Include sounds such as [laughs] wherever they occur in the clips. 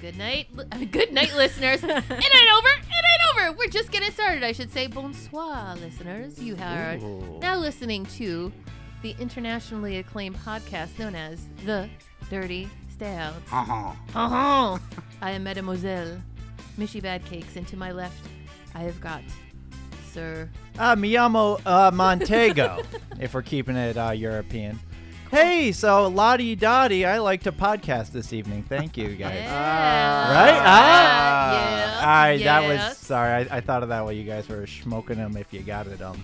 Good night, li- [laughs] uh, good night, listeners. it ain't over. It ain't over. We're just getting started. I should say, bonsoir, listeners. You are Ooh. now listening to the internationally acclaimed podcast known as the Dirty Stouts. Uh-huh. Uh-huh. I am Mademoiselle Mishy Badcakes, and to my left, I have got Sir. Uh, me llamo uh, Montego, if we're keeping it uh, European. Hey, so Lottie Dottie, I like to podcast this evening. Thank you, guys. Yeah. Right? Ah. Yeah. All right, that was yes. sorry. I, I thought of that while you guys were smoking them. If you got it, um,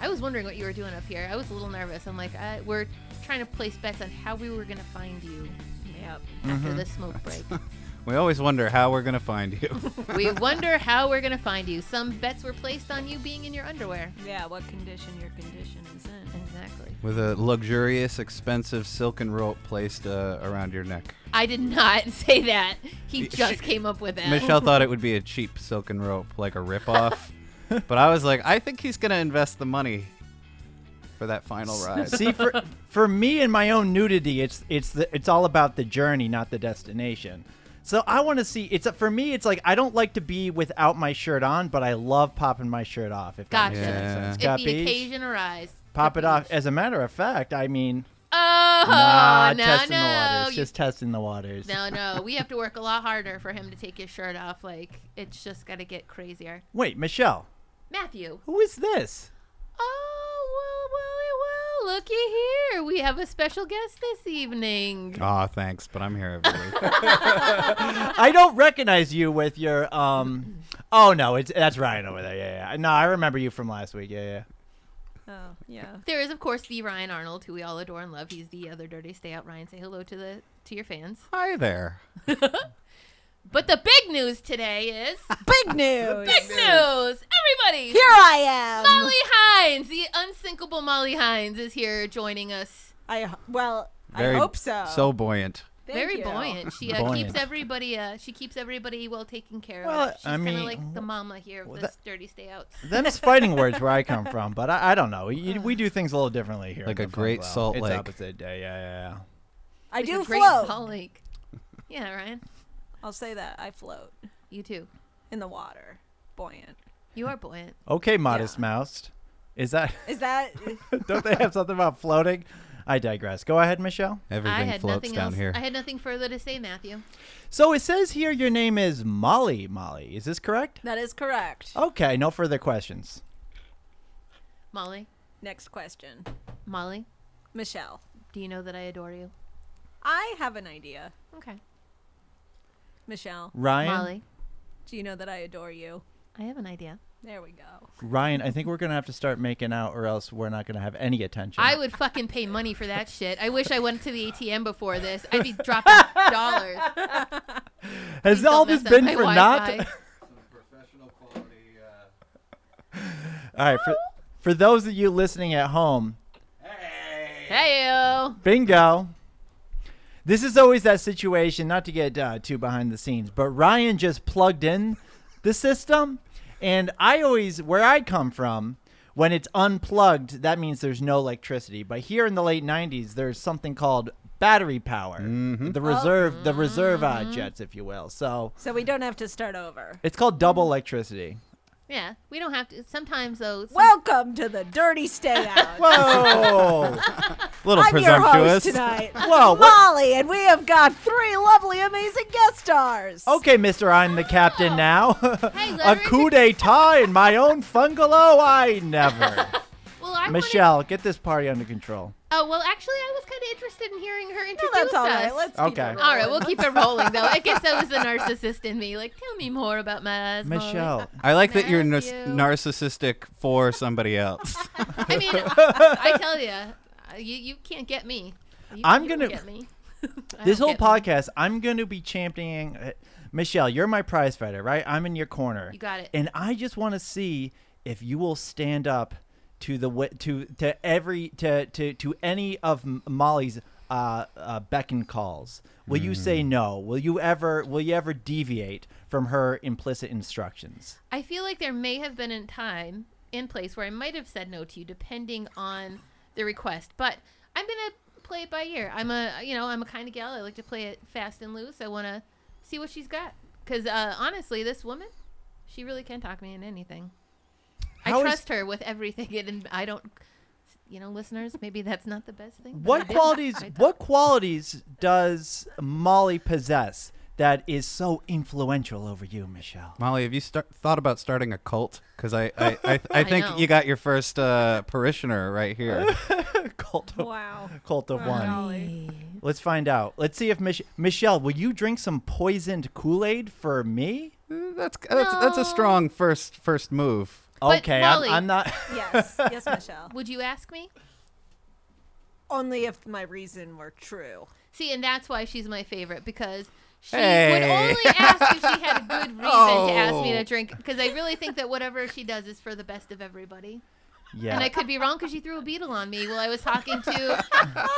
I was wondering what you were doing up here. I was a little nervous. I'm like, I, we're trying to place bets on how we were gonna find you Yep. after Mm-hmm. this smoke break. [laughs] We always wonder how we're gonna find you. [laughs] we wonder how we're gonna find you. Some bets were placed on you being in your underwear. Yeah, what condition your condition is in. Exactly. With a luxurious, expensive silken rope placed uh, around your neck. I did not [laughs] say that. He Y- just sh- came up with that. Michelle thought it would be a cheap silken rope, like a [laughs] ripoff. but I was like, I think he's gonna invest the money for that [laughs] final ride. see for [laughs] for me and my own nudity, it's it's the, it's all about the journey, not the destination. So I want to see. It's for me. It's like I don't like to be without my shirt on, but I love popping my shirt off. If that Gotcha. makes any sense. If Got the beach? occasion arises. Pop it off. As a matter of fact, I mean, Oh nah, no testing no! the waters. You- Just testing the waters. no no! We have to work a lot harder for him to take his shirt off. Like it's just got to get crazier. Wait, Michelle, Matthew. who is this? Oh well well well! Looky here, we have a special guest this evening. Aw, thanks, but I'm here every [laughs] week. I don't recognize you with your um. Oh no, it's that's Ryan over there. Yeah, yeah. No, I remember you from last week. Yeah, yeah. Oh, [laughs] yeah. There is of course the Ryan Arnold, who we all adore and love. He's the other dirty stay out Ryan. Say hello to the to your fans. Hi there. But the big news today is [laughs] Big news. big news. Everybody, Here I am. Molly Hines, the unsinkable Molly Hines, is here joining us. I well, I hope so. So buoyant. Thank Very you. buoyant. She uh, Buoyant. keeps everybody. Uh, she keeps everybody well taken care of. Well, She's I kind of mean, like the mama here of well, this dirty stay out. Them's fighting words where I come from, but I, I don't know. You, we do things a little differently here. Like in a the great Buffalo. Salt it's Lake. opposite day. Yeah, yeah, yeah. I Like a do great float. Salt Lake. Yeah, Ryan. I'll say that I float You too. in the water, buoyant. You are buoyant. Okay, modest Yeah. mouse. Is that? [laughs] Is [laughs] that? don't they have something about floating? I digress. Go ahead, Michelle. I Everything had floats nothing down else. here. I had nothing further to say, Matthew. So it says here your name is Molly. Molly, is this correct? that is correct. Okay, no further questions. Molly, Next question, Molly, Michelle. do you know that I adore you? I have an idea, Okay. Michelle. Ryan, Molly, Do you know that I adore you? I have an idea. There we go. Ryan, I think we're gonna have to start making out, or else we're not gonna have any attention. I would fucking pay money for that shit. I wish I went to the ATM before this. I'd [laughs] be dropping dollars. Has Please all don't this mess up been my for Wi-Fi. naught? All right, for, for those of you listening at home, Heyo. bingo. This is always that situation, not to get uh, too behind the scenes, but Ryan just plugged in the system. And I always, where I come from, when it's unplugged, that means there's no electricity. But here in the late 90s, there's something called battery power, the reserve, the reserve uh, Oh. jets, if you will. So So we don't have to start [laughs] over. it's called double electricity. Yeah, we don't have to. Sometimes though. some- Welcome to the Dirty Stay Out. [laughs] Whoa! Little I'm your host presumptuous. tonight. [laughs] Whoa, what- Molly, and we have got three lovely, amazing guest stars. okay, Mister, I'm the captain now. [laughs] A Larry. coup d'état in my own bungalow, I [laughs] never. well, I wanted- Michelle, get this party under control. Oh well, actually, I was kind of interested in hearing her No, introduce that's all us. right. Let's keep Okay. it All right, rolling. we'll keep it rolling though. I guess that was the narcissist in me. Like, tell me more about my asthma. Michelle, I like that you're nar- Matthew. narcissistic [laughs] for somebody else. I [laughs] mean, I tell you, you you can't get me. You, I'm you won't gonna- get me. [laughs] I this don't whole get me. podcast, I'm going to be championing. uh, Michelle, you're my prize fighter, right? I'm in your corner. You got it. And I just want to see if you will stand up to the wi- to to every to to to any of M- Molly's uh, uh, beck and calls. Will you say no? Will you ever will you ever deviate from her implicit instructions? I feel like there may have been a time and place where I might have said no to you, depending on the request. But I'm gonna play it by ear. I'm a you know I'm a kind of gal. I like to play it fast and loose. I want to see what she's got. Because uh, honestly, this woman, she really can talk me in anything. How I is- trust her with everything, and- and I don't. You know, listeners, maybe that's not the best thing. but I What did- qualities? [laughs] I thought- What qualities does Molly possess that is so influential over you, Michelle? Molly, have you start, thought about starting a cult? Because I, [laughs] I, I, I I think know. you got your first uh, parishioner right here. [laughs] cult [laughs] of Wow. cult of one. Golly. Let's find out. Let's see if Mich- Michelle, will you drink some poisoned Kool Aid for me? [laughs] That's that's, that's a No. strong first first move. But okay, Molly- I'm, [laughs] I'm not. Yes. Yes, Michelle. Would you ask me? Only if my reason were true. See, and that's why she's my favorite because she would Hey. only ask if she had a good [laughs] reason to ask me Oh. to drink. Because I really think that whatever she does is for the best of everybody. yeah. And I could be wrong because she threw a beetle on me while I was talking to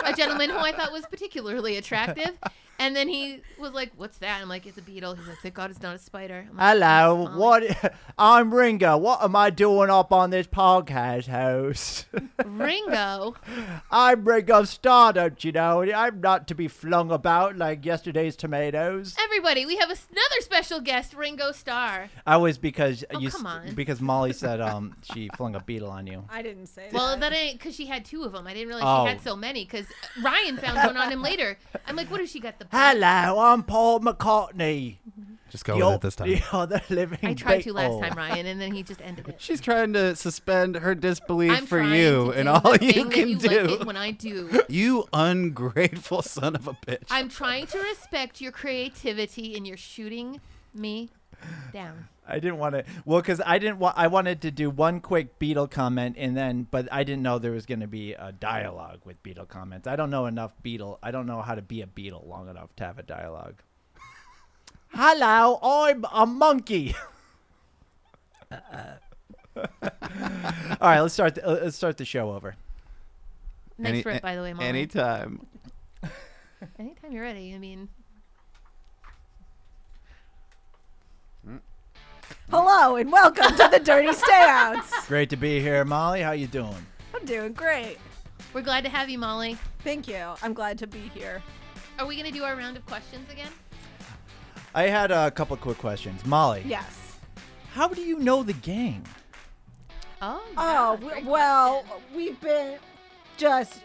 a gentleman who I thought was particularly attractive. And then he was like, What's that? I'm like, It's a beetle. He's like, Thank God it's not a spider. I'm like, Hello, "Thanks, Molly." what? [laughs] I'm Ringo. What am I doing up on this podcast host? Ringo. [laughs] I'm Ringo Starr, don't you know? I'm not to be flung about like yesterday's tomatoes. Everybody, we have another special guest, Ringo Starr. I was because Oh, you s- come on. because Molly said um [laughs] she flung a beetle on you. I didn't [laughs] say Well, that. that ain't because she had two of them. I didn't realize Oh. she had so many because Ryan found one on him later. I'm like, What has she got? The Hello, I'm Paul McCartney. Just go You're- with it this time. [laughs] You're the living. I tried to beetle. last time, Ryan, and then he just ended it. [laughs] She's trying to suspend her disbelief I'm for trying you to do and all the you thing that can you [laughs] do. Like it when I do. you ungrateful son of a bitch. I'm trying to respect your creativity and you're shooting me down. I didn't want to. Well, because I didn't want. I wanted to do one quick Beatle comment, and then, but I didn't know there was going to be a dialogue with Beatle comments. I don't know enough Beatle. I don't know how to be a Beatle long enough to have a dialogue. Hello, I'm a monkey. [laughs] All right, let's start. The, uh, let's start the show over. Nice Any- rip, by the way, Molly. Anytime. Anytime you're ready. I mean, Hello and welcome to the Dirty Stayouts. [laughs] Great to be here, Molly. How you doing? I'm doing great. we're glad to have you, Molly. Thank you. I'm glad to be here. Are we going to do our round of questions again? I had a couple quick questions, Molly. Yes. How do you know the gang? Oh, yeah, Oh, great w- well, question. we've been just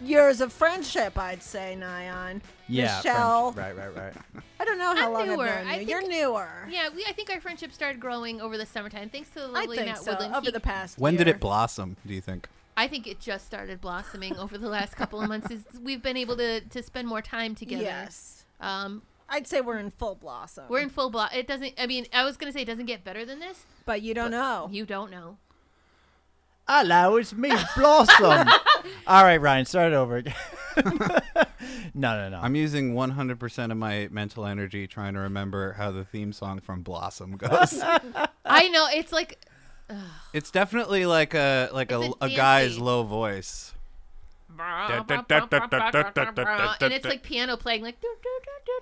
years of friendship, I'd say, Nyan. Yeah, friends- Michelle. Right, right, right. I don't know how I'm long newer. I've known I you. You're think- newer. Yeah, we, I think our friendship started growing over the summertime thanks to the I lovely think Matt so. Woodland. Over He- the past. When did year. it blossom, do you think? I think it just started blossoming over the last couple of months. Is we've been able to, to spend more time together. Yes. Um, I'd say we're in full blossom. we're in full block. It doesn't, I mean, I was going to say it doesn't get better than this. but you don't Oh. know. You don't know. Hello, it's me, [laughs] Blossom. All right, Ryan, start over. [laughs] again. no, no, no. I'm using 100% of my mental energy trying to remember how the theme song from Blossom [laughs] goes. I know. It's like, it's definitely like a like a, It's a a guy's dancey. low voice. and it's like piano playing like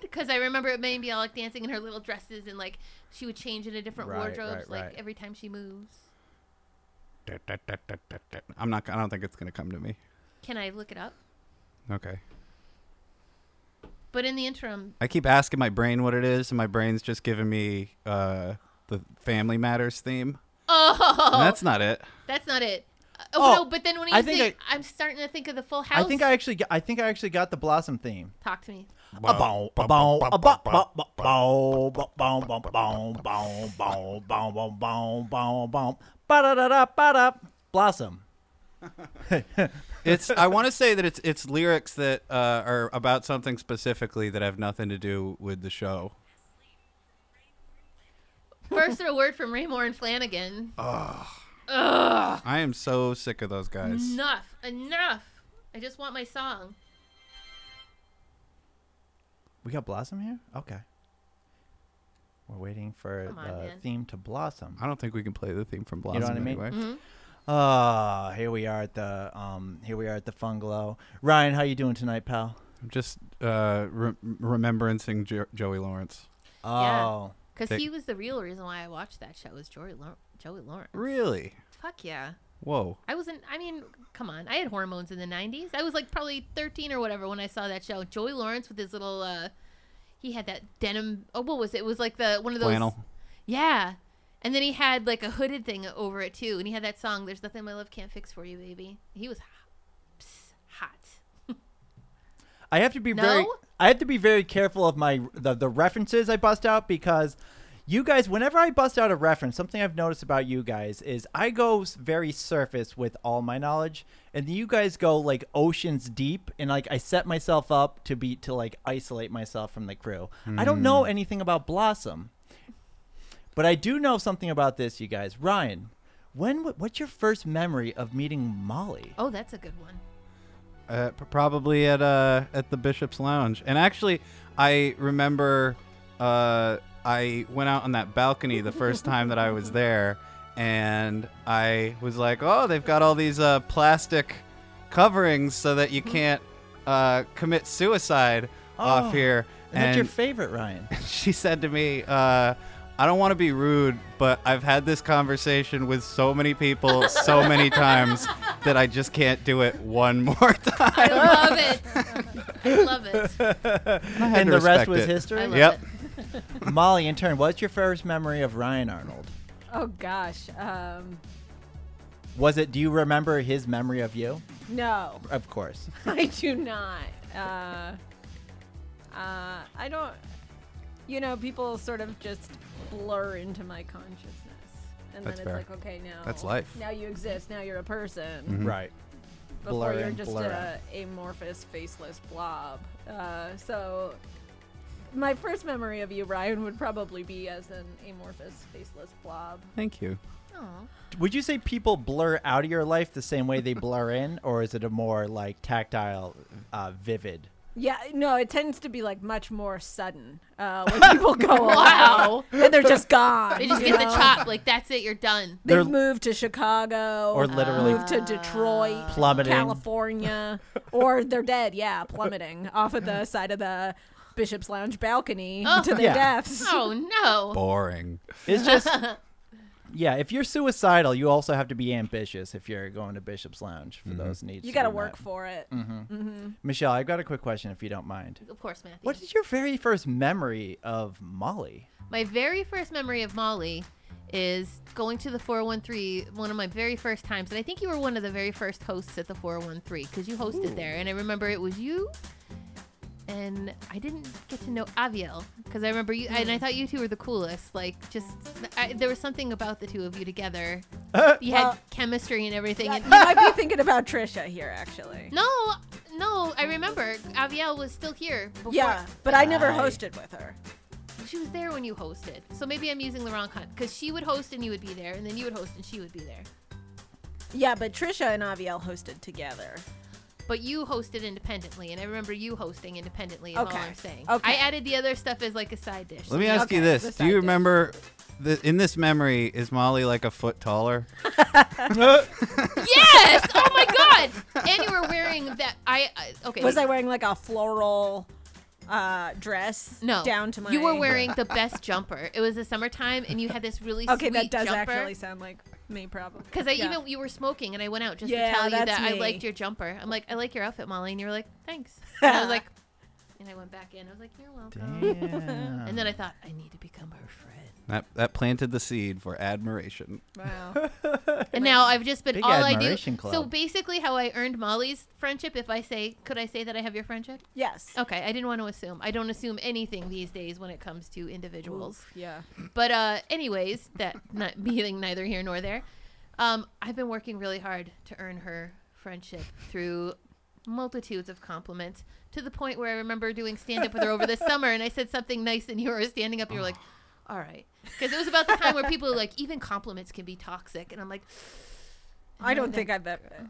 because I remember it made me all like dancing in her little dresses and like she would change into different Right, wardrobes right, right. like every time she moves. I'm not I don't think it's going to come to me. Can I look it up? Okay. But in the interim, I keep asking my brain what it is and my brain's just giving me uh the Family Matters theme. oh, And that's, that's not it. not it. Uh, Oh, Oh, no, but then when you I say, think I'm starting to think of the Full I House. think I actually, g- I think I actually got the Blossom theme. talk to me. Ba-boom, ba-boom, ba-boom, ba-boom, ba-boom, ba-boom, ba-boom, ba-boom, ba-boom, ba-boom, ba-boom. Ba-da-da-da, ba-da. Blossom. it's I want to say that it's it's lyrics that uh, are about something specifically that have nothing to do with the show. First, a word from Raymore and Flanagan. I am so sick of those guys. Enough, enough. I just want my song. We got Blossom here. Okay. We're waiting for Come on, the man. theme to blossom. I don't think we can play the theme from know Blossom what I mean? anyway. Ah, here we are at the um, here we are at the Fungalow. Ryan, how you doing tonight, pal? I'm just uh, re- remembrancing jo- Joey Lawrence. Oh, Because Take- he was the real reason why I watched that show was Joey, Law- Joey Lawrence. Really? Fuck yeah. Whoa. I wasn't, I mean, come on. I had hormones in the 90s. I was like probably 13 or whatever when I saw that show. Joey Lawrence with his little, uh, he had that denim. Oh, what was it? It was like the one of those. Flannel. Yeah. And then he had like a hooded thing over it too, and he had that song "There's Nothing My Love Can't Fix for You, Baby." He was hot. Psst, hot. I have to be very No? I have to be very careful of my the, the references I bust out because you guys whenever I bust out a reference, something I've noticed about you guys is I go s- very surface with all my knowledge and you guys go like oceans deep and like I set myself up to be to like isolate myself from the crew. I don't know Hmm. anything about Blossom. But I do know something about this, you guys. Ryan, when w- what's your first memory of meeting Molly? Oh, that's a good one. Uh, p- probably at uh at the Bishop's Lounge. And actually, I remember uh I went out on that balcony the first time that I was there, and I was like, oh, they've got all these uh plastic coverings so that you can't uh commit suicide Hmm. Oh, off here. And that's your [laughs] favorite, Ryan. she said to me, uh, I don't want to be rude, but I've had this conversation with so many people so many times that I just can't do it one more [laughs] time. I [laughs] love it. I love it. had and to the rest respect was it. I love history. Yep. it. Molly, in turn, what's your first memory of Ryan Arnold? Oh gosh. Um, Was it? Do you remember his memory of you? no, [laughs] Of course. I do not. Uh, uh, I don't. You know, people sort of just blur into my consciousness, That's and then it's fair. like, okay, now That's life. Now you exist. Now you're a person. Right. before Blur you're and just blur a amorphous, faceless blob. Uh, so, my first memory of you, Ryan, would probably be as an amorphous, faceless blob. Thank you. Aw. Would you say people blur out of your life the same way they blur in, or is it a more like tactile, uh, vivid? Yeah, no, it tends to be like much more sudden uh, [laughs] when people go wow, and they're just gone. They just you get the know? chop. Like that's it. You're done. They've They're- moved to Chicago, Or literally- moved to Detroit, Plummeting. California, or they're dead. Yeah, plummeting off of the side of the Bishop's Lounge balcony Oh. to their Yeah. deaths. Oh no. Boring. It's just. Yeah, if you're suicidal, you also have to be ambitious if you're going to Bishop's Lounge for those needs. You got to be work met. for it. Michelle, I've got a quick question if you don't mind. Of course, Matthew. What is your very first memory of Molly? My very first memory of Molly is going to the 413 one of my very first times and i think you were one of the very first hosts at the oh 413 because you hosted there and i remember it was you and i didn't get to know aviel because i remember you and i thought you two were the coolest like just I, there was something about the two of you together you Well- had chemistry and everything Yeah, and you [laughs] might be thinking about Trisha here, actually. No, no, I remember. Aviel was still here. Before. yeah, but I never Aye. hosted with her. She was there when you hosted. So maybe I'm using the wrong con. Because she would host and you would be there, and then you would host and she would be there. Yeah, but Trisha and Aviel hosted together. But you hosted independently, and I remember you hosting independently, is okay. Okay, all I'm saying. okay. I added the other stuff as like a side dish. Let me ask Okay, you this: let's Do dive you in. remember? The, in this memory, is Molly like a foot taller? yes! Oh my god! And you were wearing that. I. I okay. Was I wearing like a floral uh, dress? No. Down to my. You were [laughs] wearing the best jumper. It was the summertime, and you had this really Okay, sweet that does jumper. actually sound like me, probably. Because I Yeah. even you were smoking, and I went out just Yeah, to tell you that's that I me. liked your jumper. I'm like, I like your outfit, Molly, and you were like, thanks. [laughs] And I was like, and I went back in. I was like, you're welcome. Damn. And then I thought, I need to become her [laughs] friend. That that planted the seed for admiration. [laughs] Wow. And now I've just been Big all I do. admiration club. So basically, how I earned Molly's friendship. If I say, could I say that I have your friendship? yes. Okay, I didn't want to assume. I don't assume anything these days when it comes to individuals. Yeah. But uh, anyways, that [laughs] not being neither here nor there. Um, I've been working really hard to earn her friendship through multitudes of compliments to the point where I remember doing stand up with her over [laughs] the summer and I said something nice and you were standing up and you were like, Oh. all right. Because it was about the time where people were like, even compliments can be toxic. And I'm like, I don't then- think I've ever.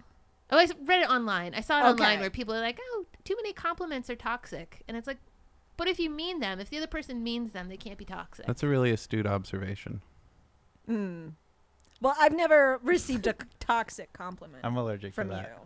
oh, I s- read it online. I saw it online Okay. where people are like, oh, too many compliments are toxic. And it's like, but if you mean them, if the other person means them, they can't be toxic. That's a really astute observation. Mm. Well, I've never [laughs] received a toxic compliment I'm allergic from to you. that.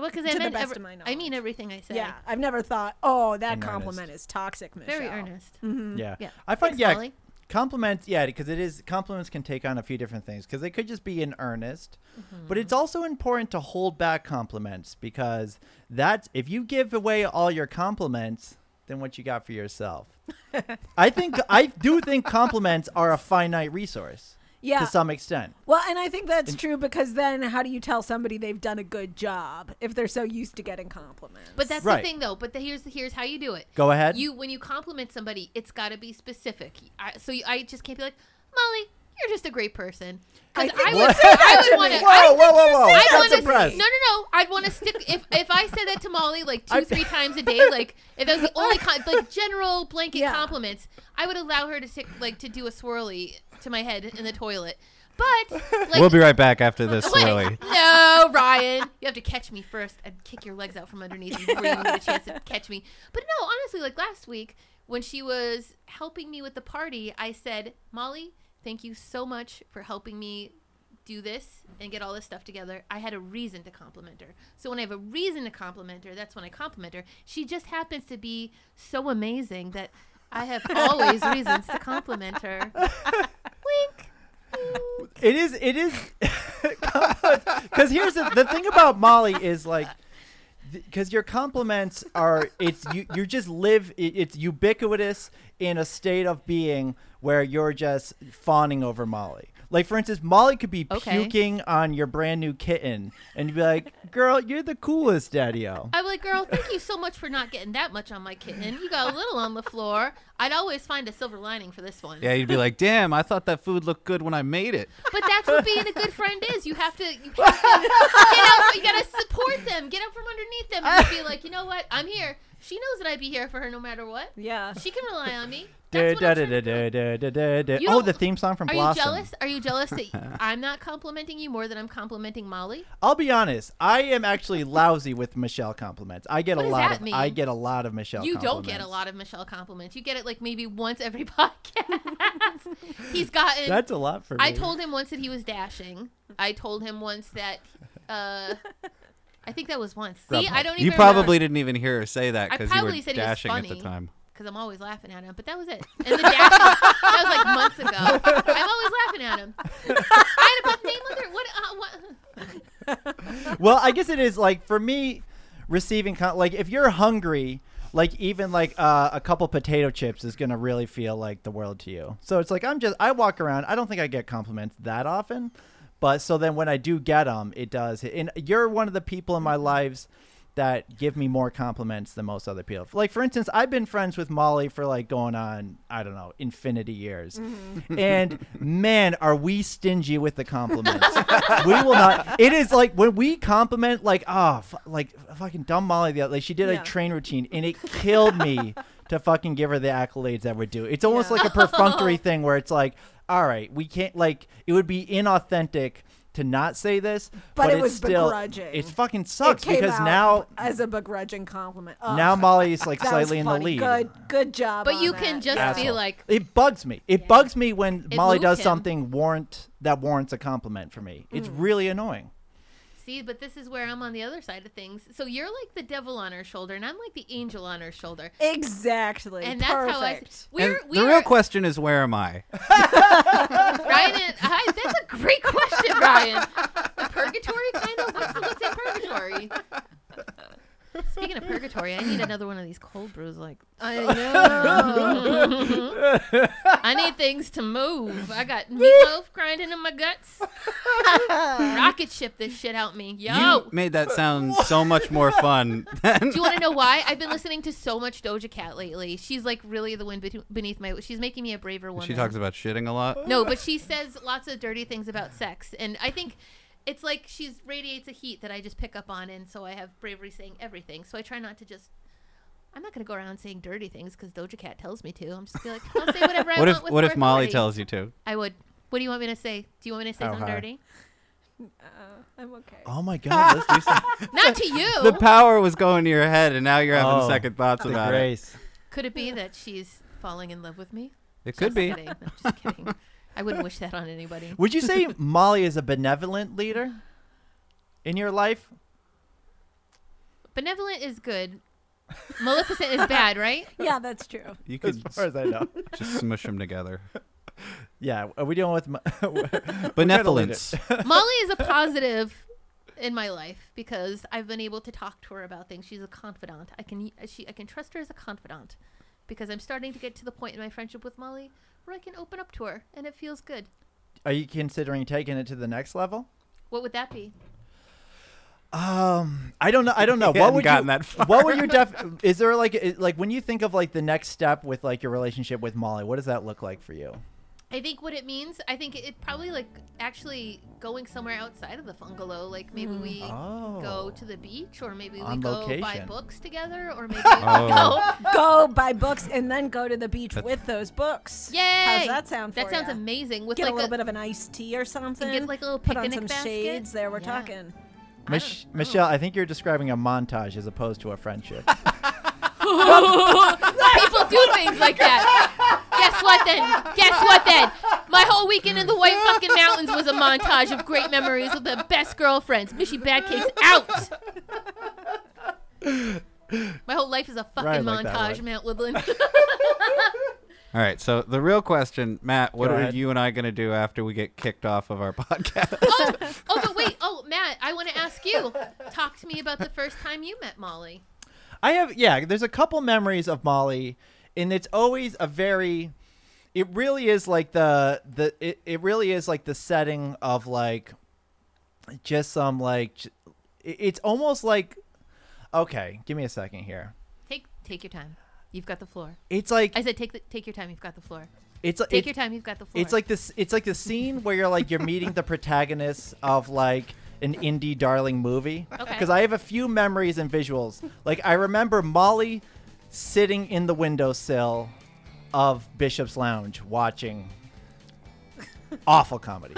well, because to I the meant best every- of my I mean knowledge. everything I say. Yeah, I've never thought, oh, that In earnest. compliment is toxic, Michelle. Very earnest. Mhm. Yeah. Yeah. I find Thanks, Mm-hmm. yeah, Molly. compliments yeah, because it is compliments can take on a few different things because they could just be in earnest, Mm-hmm. but it's also important to hold back compliments because that's if you give away all your compliments, than what you got [laughs] for yourself. I think I do think compliments are a finite resource Yeah. to some extent. Well, and I think that's true because then how do you tell somebody they've done a good job if they're so used to getting compliments? But that's Right. the thing, though. But the, here's here's how you do it. Go ahead. You when you compliment somebody, it's got to be specific. I, so you, I just can't be like, Molly, you're just a great person. I Because think I, you would, said that I to would me. want to. [laughs] whoa, whoa, whoa, whoa, I'd That's wanna, impressed. No, no, no. I'd want to stick. If if I said that to Molly like two, I- [laughs] three times a day, like if that was the only con- like general blanket Yeah. compliments, I would allow her to stick like to do a swirly to my head in the toilet. But like, we'll be right back after this, [laughs] Wait, Lily. No, Ryan, you have to catch me first and kick your legs out from underneath me before you get a chance to catch me. But no, honestly, like last week when she was helping me with the party, I said, Molly, thank you so much for helping me do this and get all this stuff together. I had a reason to compliment her. So when I have a reason to compliment her, that's when I compliment her. She just happens to be so amazing that I have always reasons to compliment her. Wink. It is. It is. [laughs] Because here's the, the thing about Molly is like, because your compliments are it's you you just live it, it's ubiquitous in a state of being where you're just fawning over Molly. Like for instance, Molly could be Okay. puking on your brand new kitten, and you'd be like, "Girl, you're the coolest, Daddy-O." I'm like, girl, thank you so much for not getting that much on my kitten. You got a little on the floor. I'd always find a silver lining for this one. Yeah, you'd be like, damn, I thought that food looked good when I made it. But that's what being a good friend is. You have to, you, [laughs] have to get out, you gotta support them, get up from underneath them, and be like, you know what? I'm here. She knows that I'd be here for her no matter what. yeah. She can rely on me. Da- That's what I'm da- trying to do. da- da- da- da- da- You Oh, don't- the theme song from Are you Blossom. jealous? Are you jealous [laughs] that I'm not complimenting you more than I'm complimenting Molly? I'll be honest. I am actually lousy with Michelle compliments. I get What a does lot that of. mean? I get a lot of Michelle. You don't compliments. get a lot of Michelle compliments. You get it like maybe once every [laughs] podcast. He's gotten That's a lot for me. I told him once that he was dashing. I told him once that. Uh, I think that was once. See, I don't even. You uh, probably didn't even hear her say that I because you were probably said he was dashing at the funny. time. because I'm always laughing at him. But that was it. And the dashing that was like months ago. I'm always laughing at him. I had a butt name under what? Uh, what? well, I guess it is like for me, receiving con- like if you're hungry, like even like uh, a couple potato chips is gonna really feel like the world to you. So it's like I'm just I walk around. I don't think I get compliments that often, but so then when I do get them, it does. hit- And you're one of the people in my lives that give me more compliments than most other people. Like for instance, I've been friends with Molly for like going on I don't know infinity years, Mm-hmm. [laughs] and man, are we stingy with the compliments? we will not. It is like when we compliment like ah f- like fucking dumb Molly the other like she did Yeah. a train routine and it killed me to fucking give her the accolades that we do. It's almost Yeah. like a [laughs] perfunctory thing where it's like all right we can't like it would be inauthentic. To not say this, But but, it it's was still, begrudging. It fucking It sucks came because out now as a begrudging compliment. Ugh, now Molly's like that was slightly in the funny. lead. Good, good job. But on you that. can just Asshole. be like, It bugs me. It bugs me when It Molly moved does him. something warrant that warrants a compliment for me. It's Mm. really annoying. see, but this is where I'm on the other side of things. So you're like the devil on her shoulder, and I'm like the angel on her shoulder. exactly, And that's how I. Perfect. We're, And we the are, real question is, where am I? Ryan, and- hi, that's a great question, Ryan. The purgatory kind of. What's, the, what's in purgatory? Speaking of purgatory, I need another one of these cold brews. Like I know. I need things to move. I got meatloaf grinding in my guts. Rocket ship this shit out me, yo. You made that [laughs] sound so much more fun than Do you want to know why? I've been listening to so much Doja Cat lately. She's like really the wind bet- beneath my. She's making me a braver woman. she talks about shitting a lot. No, but she says lots of dirty things about sex, and I think it's like she's radiates a heat that I just pick up on, and so I have bravery saying everything. So I try not to just. I'm not gonna go around saying dirty things because Doja Cat tells me to. I'm just be like, I'll [laughs] say whatever I What want. if with what if more Molly authority. tells you to? I would. What do you want me to say? Do you want me to say Oh, something hi. dirty? Uh, I'm okay. Oh my god, let's do something. Not [laughs] to you. The power was going to your head, and now you're having Oh, second thoughts [laughs] the about it. grace. Could it be that she's falling in love with me? It could just be. Kidding. I'm [laughs] just kidding. I wouldn't wish that on anybody. Would you say [laughs] Molly is a benevolent leader in your life? Benevolent is good. Maleficent is bad, right? Yeah, that's true. You could as I [laughs] know. just smush them [laughs] together. yeah, are we dealing with? Mo- [laughs] Benevolence. Molly is a positive in my life because I've been able to talk to her about things. She's a confidant. I can she I can trust her as a confidant because I'm starting to get to the point in my friendship with Molly where I can open up to her and it feels good. Are you considering taking it to the next level? What would that be? Um, I don't know. [laughs] I don't know. He what hadn't would gotten you? that far. [laughs] What would you? Def- is there like i- like when you think of like the next step with like your relationship with Molly? What does that look like for you? I think what it means, I think it, it probably like actually going somewhere outside of the bungalow. Like maybe we Oh. go to the beach, or maybe we On go buy location. Oh. books together, [laughs] or maybe Oh. [laughs] we go. Go buy books and then go to the beach with those books. Yay! How's that sound? That for sounds ya? amazing. With Get like a little bit of an iced tea or something. like, a little Put on picnic some basket. shades. There, we're Yeah. talking. Mich- I don't know. Michelle, I think you're describing a montage as opposed to [laughs] a friendship. [laughs] people do things like that. Guess what then? Guess what then? My whole weekend in the White fucking Mountains was a montage of great memories with the best girlfriends. Mishy Badcake's out. My whole life is a fucking Ryan liked that montage, one. Mount Woodland. [laughs] All right. So the real question, Matt, what Go are ahead. you and I going to do after we get kicked off of [laughs] our podcast? oh, oh, but wait. Oh, Matt, I want to ask you. Talk to me about the first time you met Molly. I have yeah, there's a couple memories of Molly and it's always a very it really is like the the it, it really is like the setting of like just some like j- it- it's almost like okay, give me a second here. Take take your time. You've got the floor. It's like I said take the, take your time. You've got the floor. it's like Take it's, your time. You've got the floor. it's like this it's like the scene where you're like you're [laughs] meeting the protagonist of like an indie darling movie Okay. because i have a few memories and visuals like i remember molly sitting in the windowsill of bishop's lounge watching awful comedy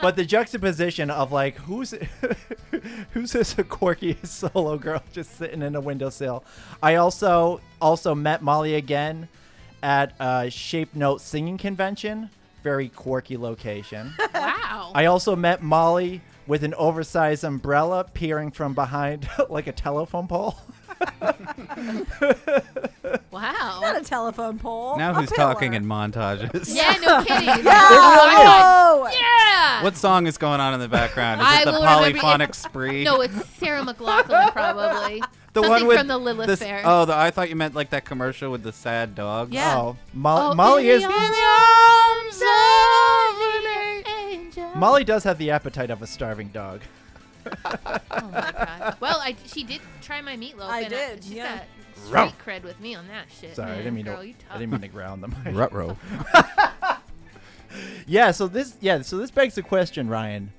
but the juxtaposition of like who's [laughs] who's this quirky [laughs] solo girl just sitting in a windowsill i also also met molly again at a shape note singing convention very quirky location wow. i also met molly with an oversized umbrella peering from behind [laughs] like a telephone pole wow. Not a telephone pole. now a who's talking pillar. in montages? Yeah, [laughs] no kidding. Oh, Yeah. What song is going on in the background? Is I it the will remember- polyphonic spree? No, [laughs] it's Sarah McLaughlin probably. the Something one with from the Lilith this- Fair. uh, Oh, the, I thought you meant like that commercial with the sad dogs. Yeah. oh, Mo- Oh, molly in is the arms of an angel. molly does have the appetite of a starving dog Oh my god. Well, I, she did try my meatloaf. I and did, She's yeah. got street cred with me on that shit. sorry i man. didn't mean Girl, to You i tough. didn't mean to ground them Rutro. Yeah, so this yeah, so this begs the question, Ryan.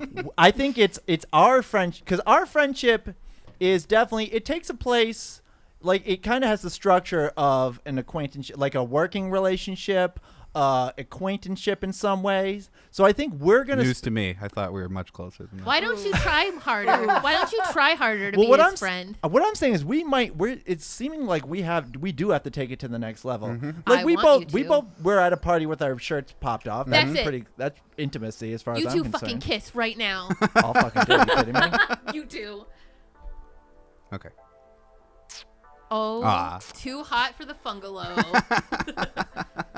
W- I think it's it's our friendship cuz our friendship is definitely it takes a place like it kind of has the structure of an acquaintance like a working relationship, uh acquaintanceship in some ways. So I think we're going News to me. I thought we were much closer than that. Why don't you try [laughs] harder? Why don't you try harder to well, be what his I'm s- friend? uh, what I'm saying is we might we're it's seeming like we have we do have to take it to the next level. Like I we want both you we to. both we're at a party with our shirts popped off. That's, That's it. pretty that's intimacy as far You as two I'm fucking [laughs] concerned. kiss right now. I'll fucking [laughs] do it. Are you kidding me? you two. Okay. Oh, Ah. too hot for the fungalow. [laughs]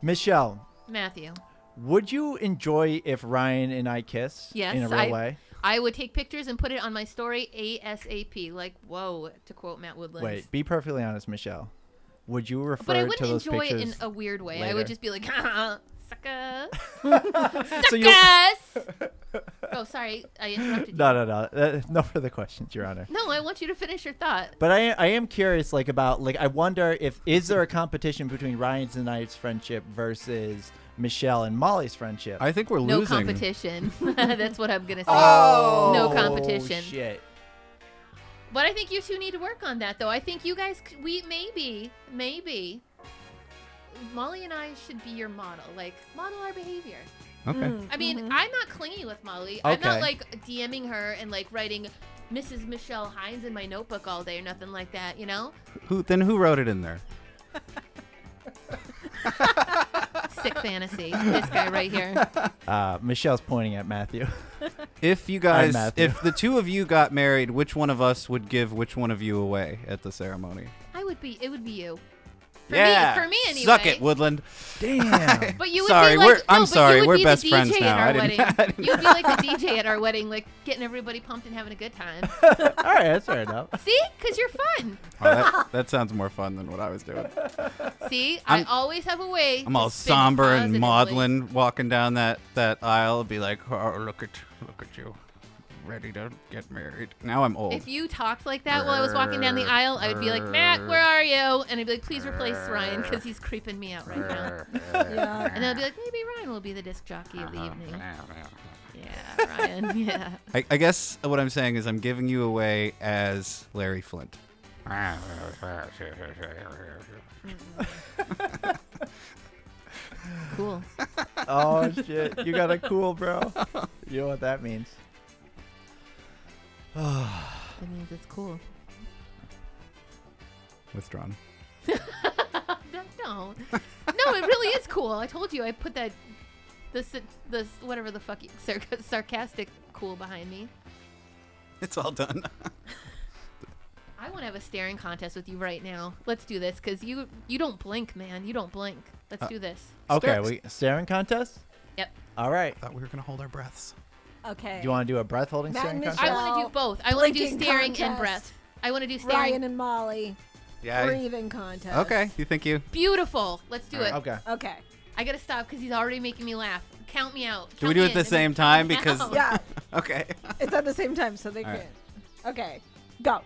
Michelle, Matthew. would you enjoy if Ryan and I kissed Yes, in a real I, way? I would take pictures and put it on my story ASAP. Like, whoa, to quote Matt Woodland. Wait, be perfectly honest, Michelle. Would you refer but I to wouldn't those enjoy it pictures? in a weird way. I later. would just be like, [laughs] suckers, so [laughs] you [laughs] suckers. oh, sorry, I interrupted No, no, no. Uh, no further questions, Your Honor. you. No, I want you to finish your thought. But I, I am curious, like about, like I wonder if is there a competition between Ryan's and I's friendship versus Michelle and Molly's friendship? I think we're No losing. competition. [laughs] That's what I'm gonna say. no competition. Oh, Shit. But I think you two need to work on that, though. I think you guys, c- we maybe, maybe, Molly and I should be your model. Like, model our behavior. Okay. I mean, Mm-hmm. I'm not clingy with Molly. I'm Okay. not like DMing her and like writing Mrs. Michelle Hines in my notebook all day or nothing like that, you know? Who then? Who wrote it in there? [laughs] Sick fantasy. This guy right here. Uh, Michelle's pointing at Matthew. [laughs] If you guys, Matthew. if the two of you got married, which one of us would give which one of you away at the ceremony? I would be, it would be you. For yeah. me, for me anyway. Suck it, Woodland. Damn. But you would Sorry, be like, we're- no, I'm but sorry, you would we're be best the DJ friends at now. our I didn't- wedding. [laughs] I didn't- You'd be like [laughs] the DJ at our wedding, like getting everybody pumped and having a good time. [laughs] All right, that's fair enough. See, because you're fun. Oh, that, that sounds more fun than what I was doing. See, i I'm- always have a way. I'm to all spin somber and positively. maudlin walking down that, that aisle and be like, oh, look at look at you. Ready to get married. Now I'm old. If you [laughs] talked like that while I was walking down the aisle, I would be like, Matt, where are you? And I'd be like, please replace Ryan because he's creeping me out right now. Yeah. And I'd be like, maybe Ryan will be the disc jockey of Uh-huh. the evening. Yeah, Ryan. [laughs] Yeah. I, I guess what I'm saying is I'm giving you away as Larry Flint. Cool. [laughs] Oh shit, you got a cool bro. [laughs] You know what that means? That means it's cool. Withdrawn. No, no, no, it really is cool. I told you, I put that, this, this, whatever the fuck, sar- sarcastic cool behind me. It's all done. [laughs] I want to have a staring contest with you right now. Let's do this because you you don't blink, man. You don't blink. Let's do this. Okay, Stare- we staring contest. Yep. All right. thought we were gonna hold our breaths. Okay. Do you want to do a breath holding Matt staring and contest? I want to Michelle, do both. I want to do blinking staring and contest. breath. I want to do staring. Ryan and Molly Yeah. breathing contest? Okay. You think you? Beautiful. Let's do it. Okay. Okay. I gotta stop because he's already making me laugh. Count me out. Do we Count do it me in Oh, the and then same time? [laughs] count me Because out. Yeah, okay. [laughs] it's at the same time, so they All right. can't. Okay, go.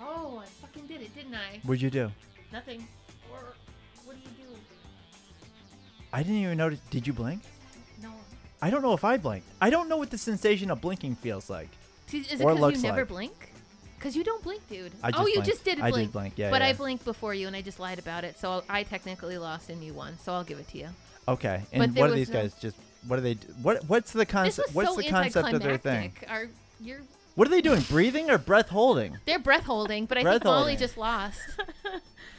Oh, I fucking did it, didn't I? What'd you do? Nothing. Or what do you do? I didn't even notice. Did you blink? No. I don't know if I blinked. I don't know what the sensation of blinking feels like. See, Is it Or because looks you never like. blink? Because you don't blink, dude. I oh, just you blinked. just did I did blink. blink, yeah, But I yeah. blinked before you, and I just lied about it, so I technically lost and you won. So I'll give it to you. Okay. But And there what are was these no- guys just? What are they? d- What? What's the This was concept? What's so the concept of their thing? anticlimactic. Are you're What are they doing? Breathing or breath holding? they're breath holding, but I Breath think Molly holding. just lost.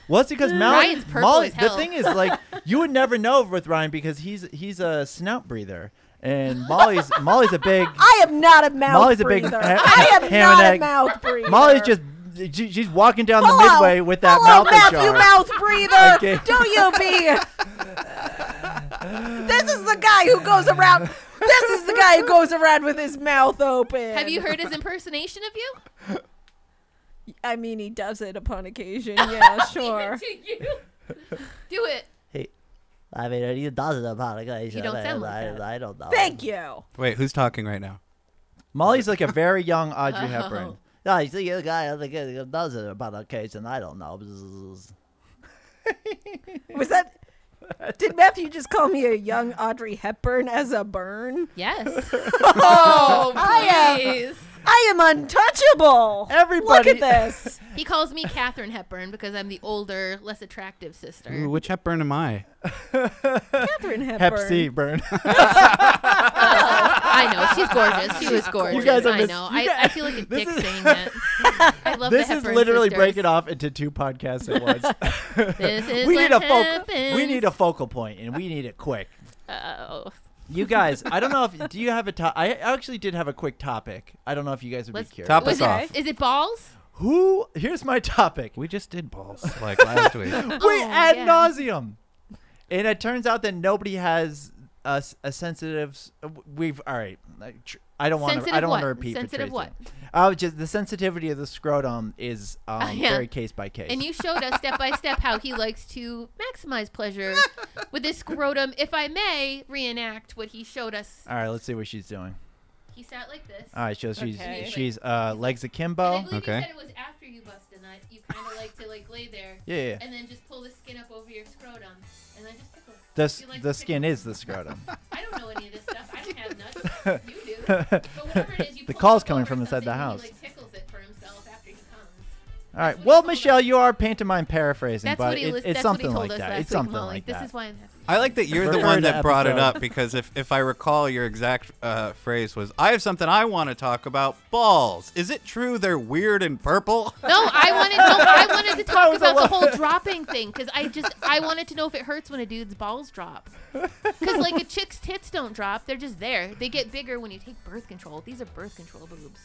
Well, it's because Mal- Ryan's purple Molly. as The hell. thing is, like, you would never know with Ryan because he's he's a snout breather, and Molly's Molly's a big I am not a mouth Molly's a big breather. ha- I am ham not and egg. a mouth breather. Molly's just she- she's walking down the Hello. midway with that Hello, mouth Matthew ajar. mouth breather. [laughs] Okay. Don't you [laughs] be. this is the guy who goes around. This is the guy who goes around with his mouth open. Have you heard his impersonation of [laughs] you? I mean, he does it upon occasion. Yeah, sure. To you. [laughs] Do it. Hey, I mean, he does it upon occasion. You don't I, sound like I, that. I don't know. Thank you. Wait, who's talking right now? Molly's like a very [laughs] young Audrey Hepburn. No, Oh, you see, a guy on the kid who does it upon occasion. I don't know. Bzzz. Was that? Did Matthew just call me a young Audrey Hepburn as a burn? Yes. Oh, I am. Please. I am untouchable. Everybody- look at this. He calls me Catherine Hepburn because I'm the older, less attractive sister. Ooh, which Hepburn am I? Catherine Hepburn. Hep C burn. Uh, I know she's gorgeous. She was gorgeous. guys are I mis- know. you I, guys- [laughs] I feel like a this dick is- saying that. I love [laughs] this the is Hepburn literally sisters. breaking off into two [laughs] podcasts at once. This is we what need a focal. happens. We need a focal point, and we need it quick. Oh, You guys, I don't know if do you have a top. I actually did have a quick topic. I don't know if you guys would Let's- be curious. Top us was it, off. is it balls? Who? Here's my topic. We just did balls [laughs] like last week. [laughs] we Oh, ad yeah. nauseum. And it turns out that nobody has a, s- a sensitive. s- uh, We've all right. like, tr- I don't want to. I Sensitive don't want to what? repeat. for Sensitive Tracy. what? Oh, just the sensitivity of the scrotum [laughs] is um, yeah. very case by case. And you showed us step [laughs] by step how he likes to maximize pleasure with his scrotum. If I may reenact what he showed us, all right, let's see what she's doing. he sat like this. All right, so she's Okay. she's uh, legs And I akimbo. believe you Okay. said it was after you bust a nut. You kind of like to like lay there Yeah, yeah. and then just pull the skin up over your scrotum and then just tickle. The s- You like the to tickle. skin is [laughs] the scrotum. I don't know any of this stuff. I don't have [laughs] nuts. You do. But whatever it is, you The pull call's it coming over from inside the something and house. He, like, tickles it for himself after he comes. All right. what he Well, told us. Michelle, you are pantomime paraphrasing, That's but what he it- lis- it's that's something what he told like us that. last it's week, something Molly. like this [laughs] that. is why I'm happy. I like that you're the Refer one to that brought it episode. up because if, if I recall, your exact uh, phrase was, "I have something I want to talk about." Balls. Is it true they're weird and purple? No, I wanted. No, [laughs] I wanted to talk was a about the lot. whole dropping thing because I just I wanted to know if it hurts when a dude's balls drop. Because like a chick's tits don't drop; they're just there. They get bigger when you take birth control. These are birth control boobs.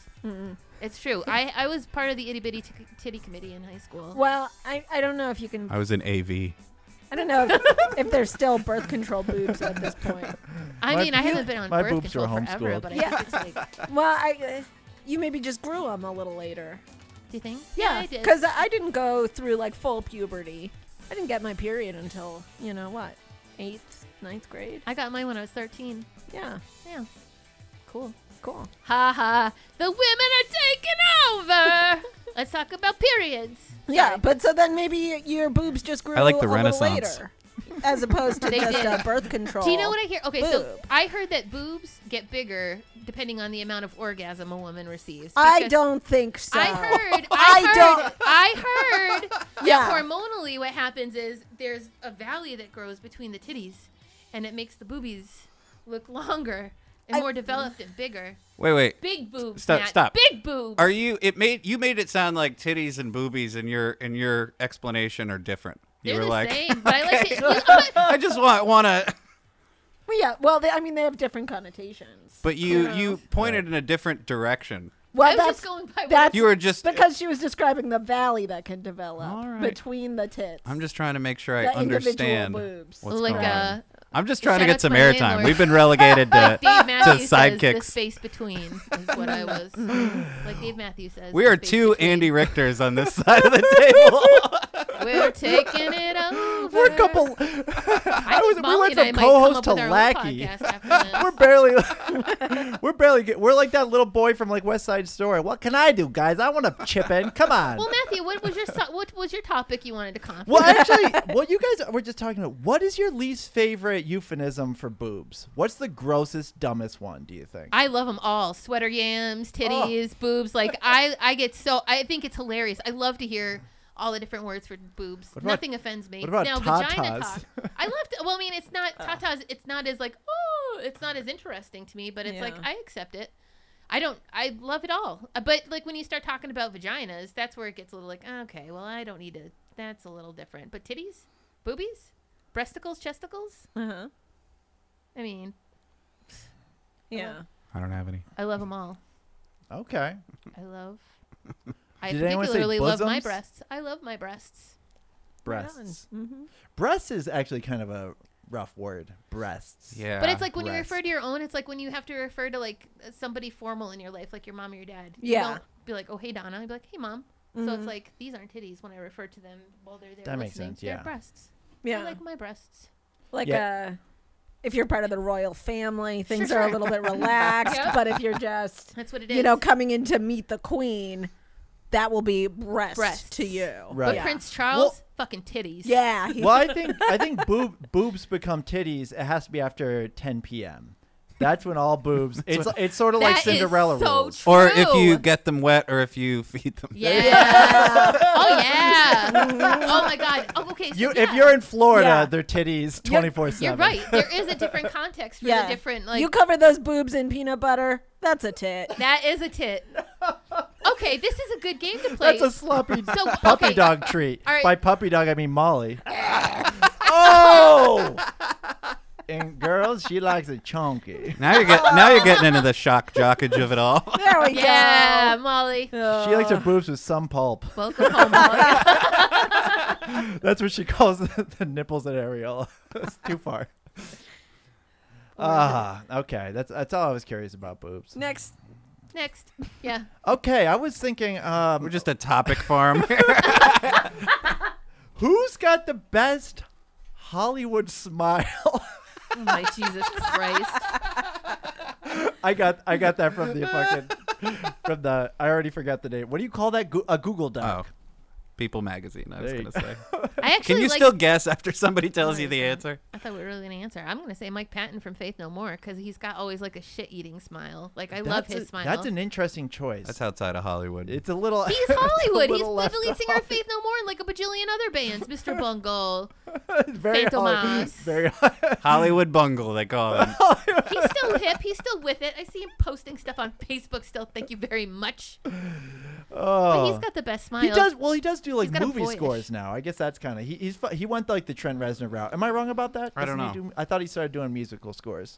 It's true. I I was part of the itty bitty t- titty committee in high school. Well, I, I don't know if you can. I was in AV. I don't know if, if there's still birth control boobs at this point. I My- mean, I haven't been on my birth boobs were control forever, homeschooled. but I Yeah. think it's like. Well, I uh, you maybe just grew them a little later. Do you think? [laughs] I did. because I didn't go through like full puberty. I didn't get my period until you know what, eighth, ninth grade. I got mine when I was 13. Yeah, Yeah. Cool. cool. Ha ha. The women are [laughs] taking over. Let's talk about periods. Yeah, but so then maybe your boobs just grew. I like the a little Renaissance. later, as opposed [laughs] to They just did. uh, birth control. Do you know what I hear? Okay, so Boob. I heard that boobs get bigger depending on the amount of orgasm a woman receives. I because- don't think so. I heard. I I heard. don't- I heard [laughs] Yeah. that hormonally, what happens is there's a valley that grows between the titties, and it makes the boobies look longer and I- more developed and bigger. Wait, wait. Big boobs. Stop- Matt. stop. Big boobs. Are you? It made you made it sound like titties and boobies, and your and your explanation are different. You They're were the like, same, but I [laughs] like to. I just want want to. Well, yeah, well, they, I mean, they have different connotations. But you Yeah. you pointed in a different direction. well, I was that's just going by what that's I- You were just. because she was describing the valley that can develop All right. between the tits. I'm just trying to make sure I the understand. individual boobs. what's like going uh, on. I'm just shout trying to out get to some my airtime. landlord. We've been relegated [laughs] to [laughs] Dave Matthews says the sidekicks. space between is what I was like. Dave Matthews says We the are space two between. Andy Richters on this [laughs] side of the table. We're taking [laughs] it over. We're a couple. [laughs] I was- was, we Molly and went from I might come co-host up to with our own lackey. podcast [laughs] after this. We're barely. [laughs] we're barely. [laughs] Get, we're like that little boy from like West Side Story. What can I do, guys? I want to chip [laughs] in. Come on. well, Matthew, what was your so- what was your topic you wanted to comment? [laughs] Well, actually, what you guys were just talking about. What is your least favorite euphemism for boobs? What's the grossest, dumbest one? Do you think? I love them all: sweater yams, Oh. titties, boobs. [laughs] Like I, I get so I think it's hilarious. I love to hear all the different words for boobs. about- Nothing offends me. what about now vagina tatas? Uh. talk. I love. To, well, I mean, it's [laughs] not tatas. It's not as like oh, it's not as interesting to me. But it's like Yeah. I accept it. I don't. I love it all. Uh, But like when you start talking about vaginas, that's where it gets a little like okay. Well, I don't need to. That's a little different. But titties, boobies, breasticles, chesticles. Uh-huh. I mean, Yeah. I don't have any. I love them all. okay. I love. I Did anyone say particularly love my bosoms? breasts. I love my breasts. Breasts. Mm-hmm. Breasts is actually kind of a rough word. Breasts. Yeah. but it's like when you breasts. refer to your own, it's like when you have to refer to like somebody formal in your life, like your mom or your dad. Yeah. Mm-hmm. You don't be like, oh, hey, Donna. I'd be like, hey, mom. So it's like, these aren't titties when I refer to them while they're there. That makes listening. sense, They're yeah. breasts. Yeah. I like my breasts. like Yeah. uh if you're part of the royal family things Sure, are a sure. little bit relaxed [laughs] Yeah. but if you're just That's what it is. you know coming in to meet the queen that will be breast Breasts. to you Right. but yeah. Prince Charles, fucking titties. yeah he- [laughs] Well, I think I think boob boobs become titties. It has to be after 10 p.m. That's when all boobs. [laughs] It's it's sort of like That is Cinderella so rules. true. Or if you get them wet, or if you [laughs] feed them. [laughs] Yeah. oh [laughs] yeah. Oh my God. Oh, okay. So You, yeah. if you're in Florida, Yeah. they're titties You're- 24 seven. you're right. There is a different context for yeah the different like you cover those boobs in peanut butter that's a tit That is a tit. Okay, this is a good game to play. That's a sloppy So, puppy okay. dog treat. All right. By puppy dog, I [laughs] mean Molly. oh. And girls, she likes it chunky. Now you're getting now you're getting into the shock jockage of it all. [laughs] there [laughs] we yeah, Molly. go Ugh. She likes her boobs with some pulp. Welcome home, Molly. That's what she calls [laughs] the, the nipples and areola. [laughs] That's too [laughs] far. Ah, okay. That's that's all I was curious about boobs. next Next. Yeah. Okay, I was thinking, um, We're just a topic farm. [laughs] who's got the best Hollywood smile? [laughs] Oh my Jesus Christ. I got I got [laughs] that Oh. from the fucking from the I already forgot the name. What do you call that? Go- a Google Doc. People magazine, I was There you going to say. I actually Can you like, still guess after [laughs] somebody tells you Right, the yeah. answer? I thought we were really gonna answer. I'm gonna say Mike Patton from Faith No More because he's got always like a shit-eating smile. Like I love That's his a- smile. That's an interesting choice. That's outside of Hollywood. it's a little. [laughs] He's it's a Hollywood. He's little the left lead of singer of Faith No More and like a bajillion other bands. [laughs] Mr. Bungle. Hollywood. [laughs] very Phantom Hollywood. Mouse. Very Hollywood bungle, they call him. He's still hip. He's still with it. I see him posting stuff on Facebook still. Thank you very much. But Oh. he's got the best smile. he does well. He does do like He's got a movie boyish- scores now. I guess that's kind of he, he's fu- he went like the Trent Reznor route. Am I wrong about that? I don't Doesn't he know. do- I thought he started doing musical scores.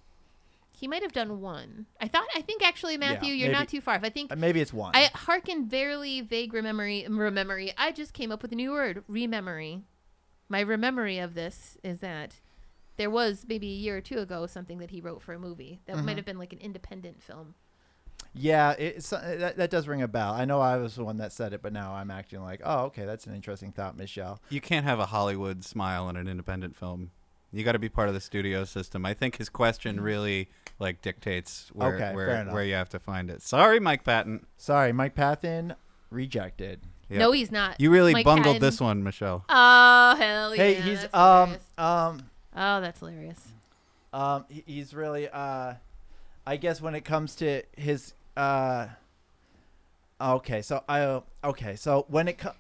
He might have done one. I thought. I think actually, Matthew, you're maybe. not too far. If I think Uh, Maybe it's one. I hearken barely vague rememory. Rememory. I just came up with a new word. Rememory. My rememory of this is that there was maybe a year or two ago something that he wrote for a movie that Mm-hmm. might have been like an independent film. yeah, it's, uh, that, that does ring a bell. I know I was the one that said it, but now I'm acting like, oh, okay, that's an interesting thought, Michelle. [laughs] You can't have a Hollywood smile in an independent film. You got to be part of the studio system. I think his question really like dictates where Okay, fair where, enough. where you have to find it. Sorry, Mike Patton. Sorry, Mike Pathin rejected. Yeah. No, he's not. You really Mike bungled Patton. this one, Michelle. Oh hell yeah! hey, he's that's um hilarious. um Oh, that's hilarious. um he- he's really uh, I guess when it comes to his uh, okay, so I okay, so when it comes.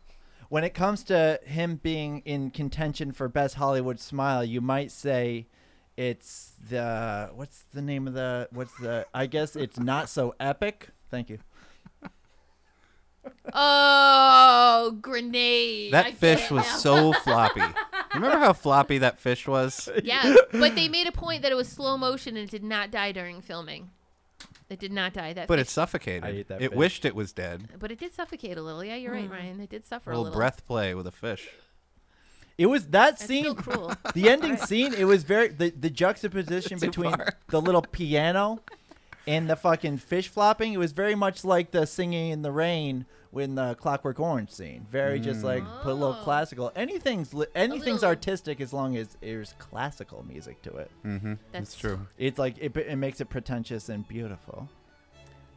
When it comes to him being in contention for best Hollywood smile, you might say it's the what's the name of the what's the I guess it's not so epic. Thank you. Oh, grenade! I That get fish it was now. [laughs] so floppy. Remember how floppy that fish [laughs] was? [laughs] Yeah, but they made a point that it was slow motion and it did not die during filming. It did not die. That But fish- it suffocated. I ate that it fish. wished it was dead. but it did suffocate a little. Yeah, you're right, Ryan. It did suffer A a little, little. breath play with a fish. It was that That's scene [laughs] still cruel. the ending scene it was very the, the juxtaposition between the little piano and the fucking fish flopping it was very much like the singing in the rain when the clockwork orange scene very just like put a little Oh. classical anything's li- anything's little- artistic as long as there's classical music to it Mm-hmm. That's- That's true. it's like it, it makes it pretentious and beautiful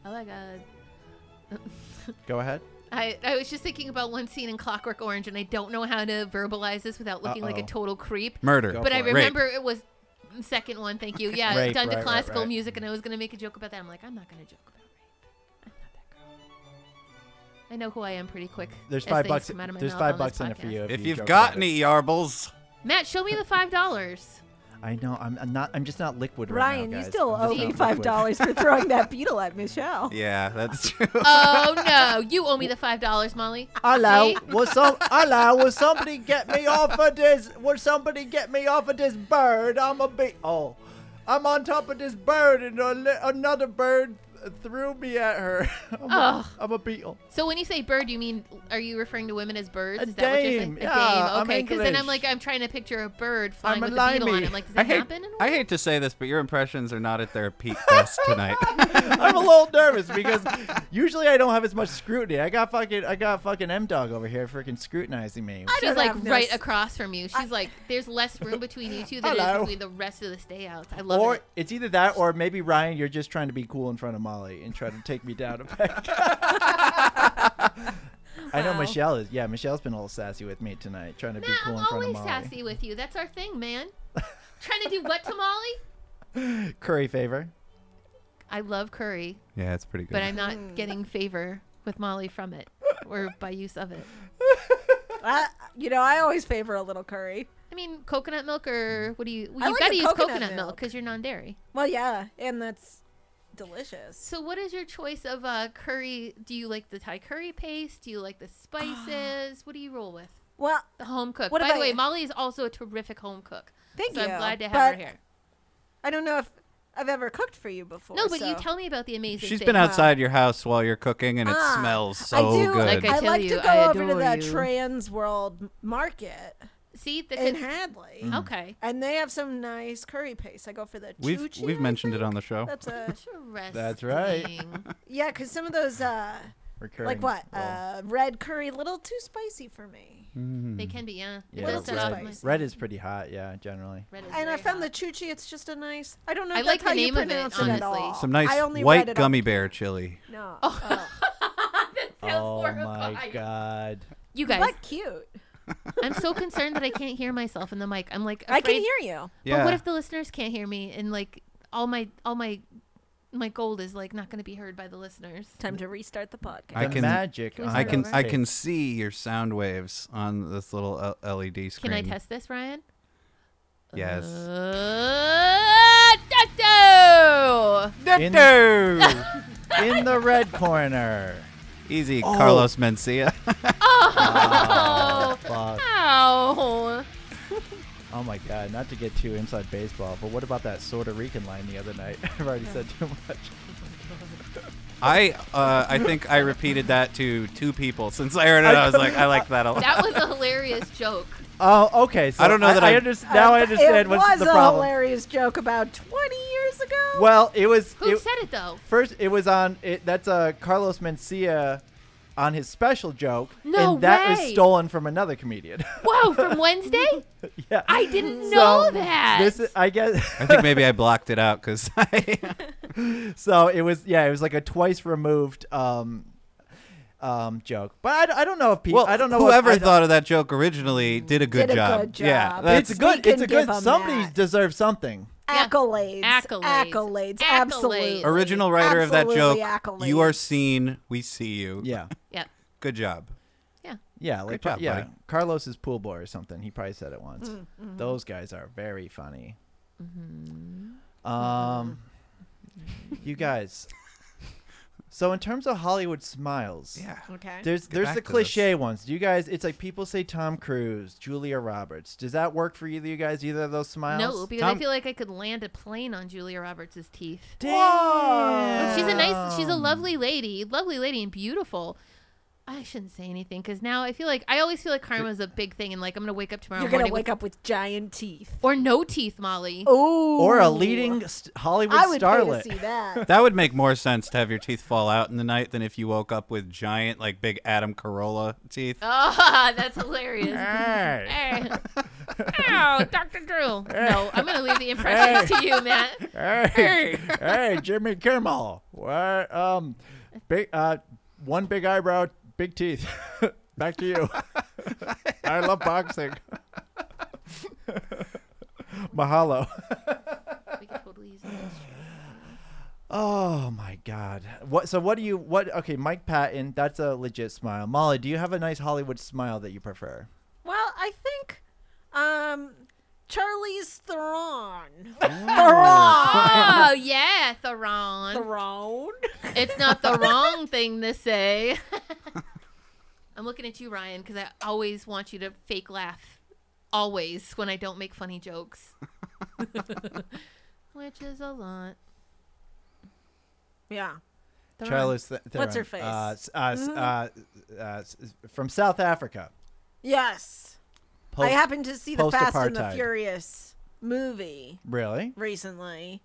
Oh my god. go ahead I, I was just thinking about one scene in Clockwork Orange, and I don't know how to verbalize this without looking like a Uh-oh. total creep. Murder. Go but I for it. remember it was second one. Thank you. Yeah, Rape, done right, to right, classical right. music, and I was gonna make a joke about that. I'm like, I'm not gonna joke about rape. I'm not that girl. I know who I am pretty quick. there's as five things bucks come out of my there's mouth five on this bucks in it for podcast. you If you you've joke got about it. any yarbles, Matt, show me the five dollars. i know I'm, I'm not i'm just not liquid right Ryan, now, you guys. still I'm owe just me not five liquid. dollars for throwing that beetle at Michelle. yeah, [laughs] that's true. oh no, you owe me the five dollars, Molly. Hello, See? will some hello, will somebody get me off of this? Will somebody get me off of this bird? I'm a bee. Oh, I'm on top of this bird, and a li- another bird threw me at her. [laughs] I'm, Ugh. a, I'm a beetle. So when you say bird, you mean are you you referring to women as birds? A Is that what you're dame, saying? yeah, a I'm dame. Okay, because then I'm English. like I'm trying to picture a bird flying I'm a with a beetle on limey. it. I'm like, does I that hate, happen? in a I way? hate to say this, but your impressions are not at their peak best [laughs] tonight. I'm a little nervous because usually I don't have as much scrutiny. I got fucking I got fucking M dog over here freaking scrutinizing me. She's should like have right this. across from you. She's like, there's less room between you two than there Hello. is between the rest of the stay outs. I love Or it. it's either that or maybe Ryan, you're just trying to be cool in front of Molly and try to take me down a peg. [laughs] I know Wow. Michelle is. Yeah, Michelle's been a little sassy with me tonight, trying to be Matt, cool in I'm front of always Molly. sassy with you. That's our thing, [laughs] man. trying to do what to Molly? Curry favor. I love curry, yeah, it's pretty good. but I'm Mm. not getting favor with Molly from it or by use of it. I, you know, I always favor a little curry. I mean, coconut milk or what do you? Well, I you've like got to the use coconut coconut milk milk. because you're non-dairy. Well, yeah, and that's delicious. So, what is your choice of uh, curry? Do you like the Thai curry paste? Do [gasps] you like the spices? what do you roll with? Well, The home cook. What By the about- way, Molly is also a terrific home cook. thank so you. I'm glad to have but her here. I don't know if I've ever cooked for you before. No, but you so- tell me about the amazing. She's thing. been outside your house while you're cooking, and it Ah, smells I so do. good. Like I I tell like you, to I go over to adore the you. Trans World Market See the in con- Hadley, Hmm. Mm-hmm. okay. and they have some nice curry paste. I go for the. we've chuchi, we've I mentioned it think. on the show. That's a Interesting. That's right. yeah, because some of those uh, Recurring. like what role. uh, red curry, little too spicy for me. Mm-hmm. they can be, yeah. It yeah, does set off red, my- red is pretty hot. Yeah, generally. red is And I very found hot. the chuchi. It's just a nice. I don't know. I if like that's how the you name of it, pronounce it, at honestly. Oh, all. Some nice I only read white it [laughs] gummy bear chili. On, no. Oh. That sounds Oh horrifying. my god. You guys, What cute. I'm so concerned that I can't hear myself in the mic. I'm like, I can afraid- hear you. Yeah. But what if the listeners can't hear me and like all my all my my gold is like not going to be heard by the listeners? Time to restart the podcast. I the can- magic. Can we on I start can over? I can see your sound waves on this little L- LED Can screen. I test this, Ryan? Yes. Uh, Doctor! [laughs] [laughs] In, [laughs] in the red corner. Easy, Carlos Mencia. [laughs] Oh, Fuck. ow! Oh my god, not to get too inside baseball, but what about that Puerto Rican line the other night? [laughs] I've already said too much. I uh, I think I repeated that to two people since I heard it. I was like, I like that a lot. That was a hilarious joke. Oh, okay. So I don't know that I, I- underst- now I Uh, understand it what's was the a problem. hilarious joke about 20 years ago. Well, it was Who it, said it though? first. It was on. It, that's uh, Carlos Mencia on his special joke, No and that was way. stolen from another comedian. [laughs] Whoa, from Wednesday? yeah, I didn't So, know that. This is, I guess. [laughs] I [laughs] think maybe I blocked it out because [laughs] I. so it was yeah it was like a twice removed um um joke but i, d- I don't know if people Well, i don't know if- whoever I don't- thought of that joke originally did a good, Did a job. good Yeah, job. that's it's We good it's can a good give 'em somebody that. deserves something Yeah. Accolades. Accolades. Accolades. Accolades. Absolutely. original writer of that joke. Absolutely accolades. You are seen. We see you. yeah Yep. Good job. yeah Good like job, yeah buddy. carlos's pool boy or something he probably said it once Mm, mm-hmm. those guys are very funny Mm-hmm. um you guys so in terms of hollywood smiles Yeah. Okay. There's there's back the to this. cliche ones. Do you guys? It's like people say Tom Cruise, Julia Roberts. Does that work for either of you guys? Either of those smiles? No, because I Tom- feel like I could land a plane on Julia Roberts' teeth. Damn. She's a nice, she's a lovely lady, lovely lady and beautiful. I shouldn't say anything because now I feel like I always feel like karma's a big thing, and like I'm gonna wake up tomorrow You're going morning to wake with, up with giant teeth. or no teeth, Molly. Oh. Or a leading st- Hollywood I would starlet. pay to see [laughs] that. That would make more sense to have your teeth fall out in the night than if you woke up with giant, like big Adam Carolla teeth. Ah, that's [laughs] hilarious. [laughs] Hey. Hey. Ow, Dr. Drew. No, I'm gonna leave the impressions to you, Matt. Hey, hey, Jimmy Kimmel. What? Um, big, uh, one big eyebrow, big teeth. [laughs] Back to [laughs] you. I love boxing. Mahalo. We could totally use that. Oh my God! What? So what do you? What? Okay, Mike Patton. That's a legit smile. Molly, do you have a nice Hollywood smile that you prefer? Well, I think um Charlie's Theron. Oh yeah, Theron. Theron. It's not the wrong thing to say. I'm looking at you, Ryan, because I always want you to fake laugh. Always when I don't make funny jokes. Which is a lot. Yeah. Theron. Charlize Th- Theron. What's her face? Mm-hmm. Uh, s- uh, s- uh, uh, s- from South Africa. Yes. I Post- happened to see the Fast and the post-apartheid. Furious movie Really? recently.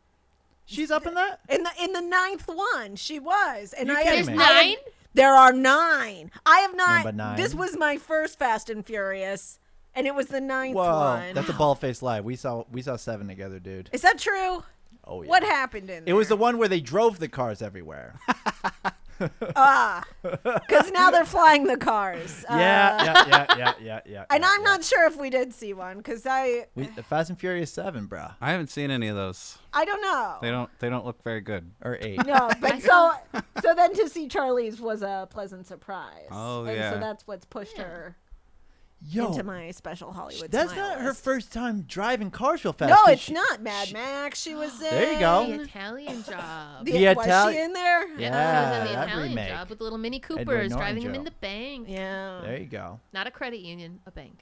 She's up in that? In the in the ninth one, she was, and You I kidding There's me? I have- nine? There are nine. I have not. Number nine. This was my first Fast and Furious, and it was the ninth Whoa, one. that's a bald faced lie. We saw we saw seven together, dude. [gasps] Is that true? Oh yeah. What happened in there? Uh. It was the one where they drove the cars [laughs] everywhere. ah, [laughs] because now [laughs] they're flying the cars. Uh, yeah, yeah, yeah, yeah, yeah. [laughs] and yeah, I'm yeah. not sure if we did see one because I We, the Fast and Furious Seven, bruh, I haven't seen any of those. I don't know. They don't. They don't look very good. or eight. [laughs] No, but so so then to see Charlie's was a pleasant surprise. Oh, and yeah. So that's what's pushed her Yo, into my special Hollywood. that's smile not her list. first time driving cars real fast. No, 'cause it's she- not Mad Max. She was in. There you go. The Italian job. [laughs] The, The was Itali- she in there? I thought she was in Yeah, the that Italian remake. job with the little Mini Coopers, Norton driving them joke. in the bank. Yeah. There you go. Not a credit union, a bank.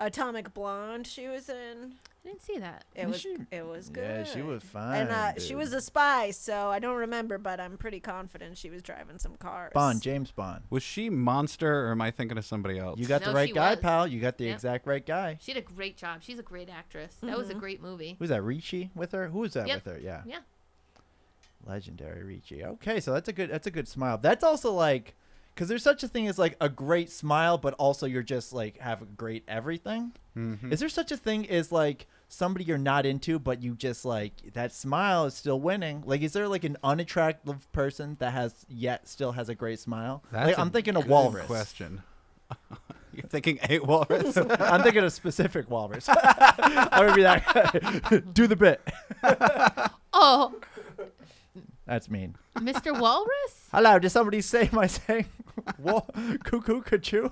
Atomic Blonde. She was in. I didn't see that. It Is was. she- It was good. Yeah, she was fine. And uh, she dude. was a spy, so I don't remember, but I'm pretty confident she was driving some cars. Bond, James Bond. Was she monster, or am I thinking of somebody else? You got the No, right she guy, was. pal. You got the Yep. exact right guy. She did a great job. She's a great actress. That was a great movie. Who's that? Ricci with her? Who was that Yep. with her? Yeah. Yeah. legendary Ricci. Okay, so that's a good that's a good smile. That's also like because there's such a thing as like a great smile, but also you're just like have a great everything. Mm-hmm. Is there such a thing as like somebody you're not into, but you just like that smile is still winning? Like, is there like an unattractive person that has yet still has a great smile? That's like, a I'm thinking a good walrus. Question. [laughs] You're thinking [laughs] eight walrus. [laughs] I'm thinking of specific walrus. [laughs] I would be like, [laughs] do the bit. Oh, That's mean. Mr. Walrus? Hello, did somebody [laughs] say my saying? What? Cuckoo, cuckoo.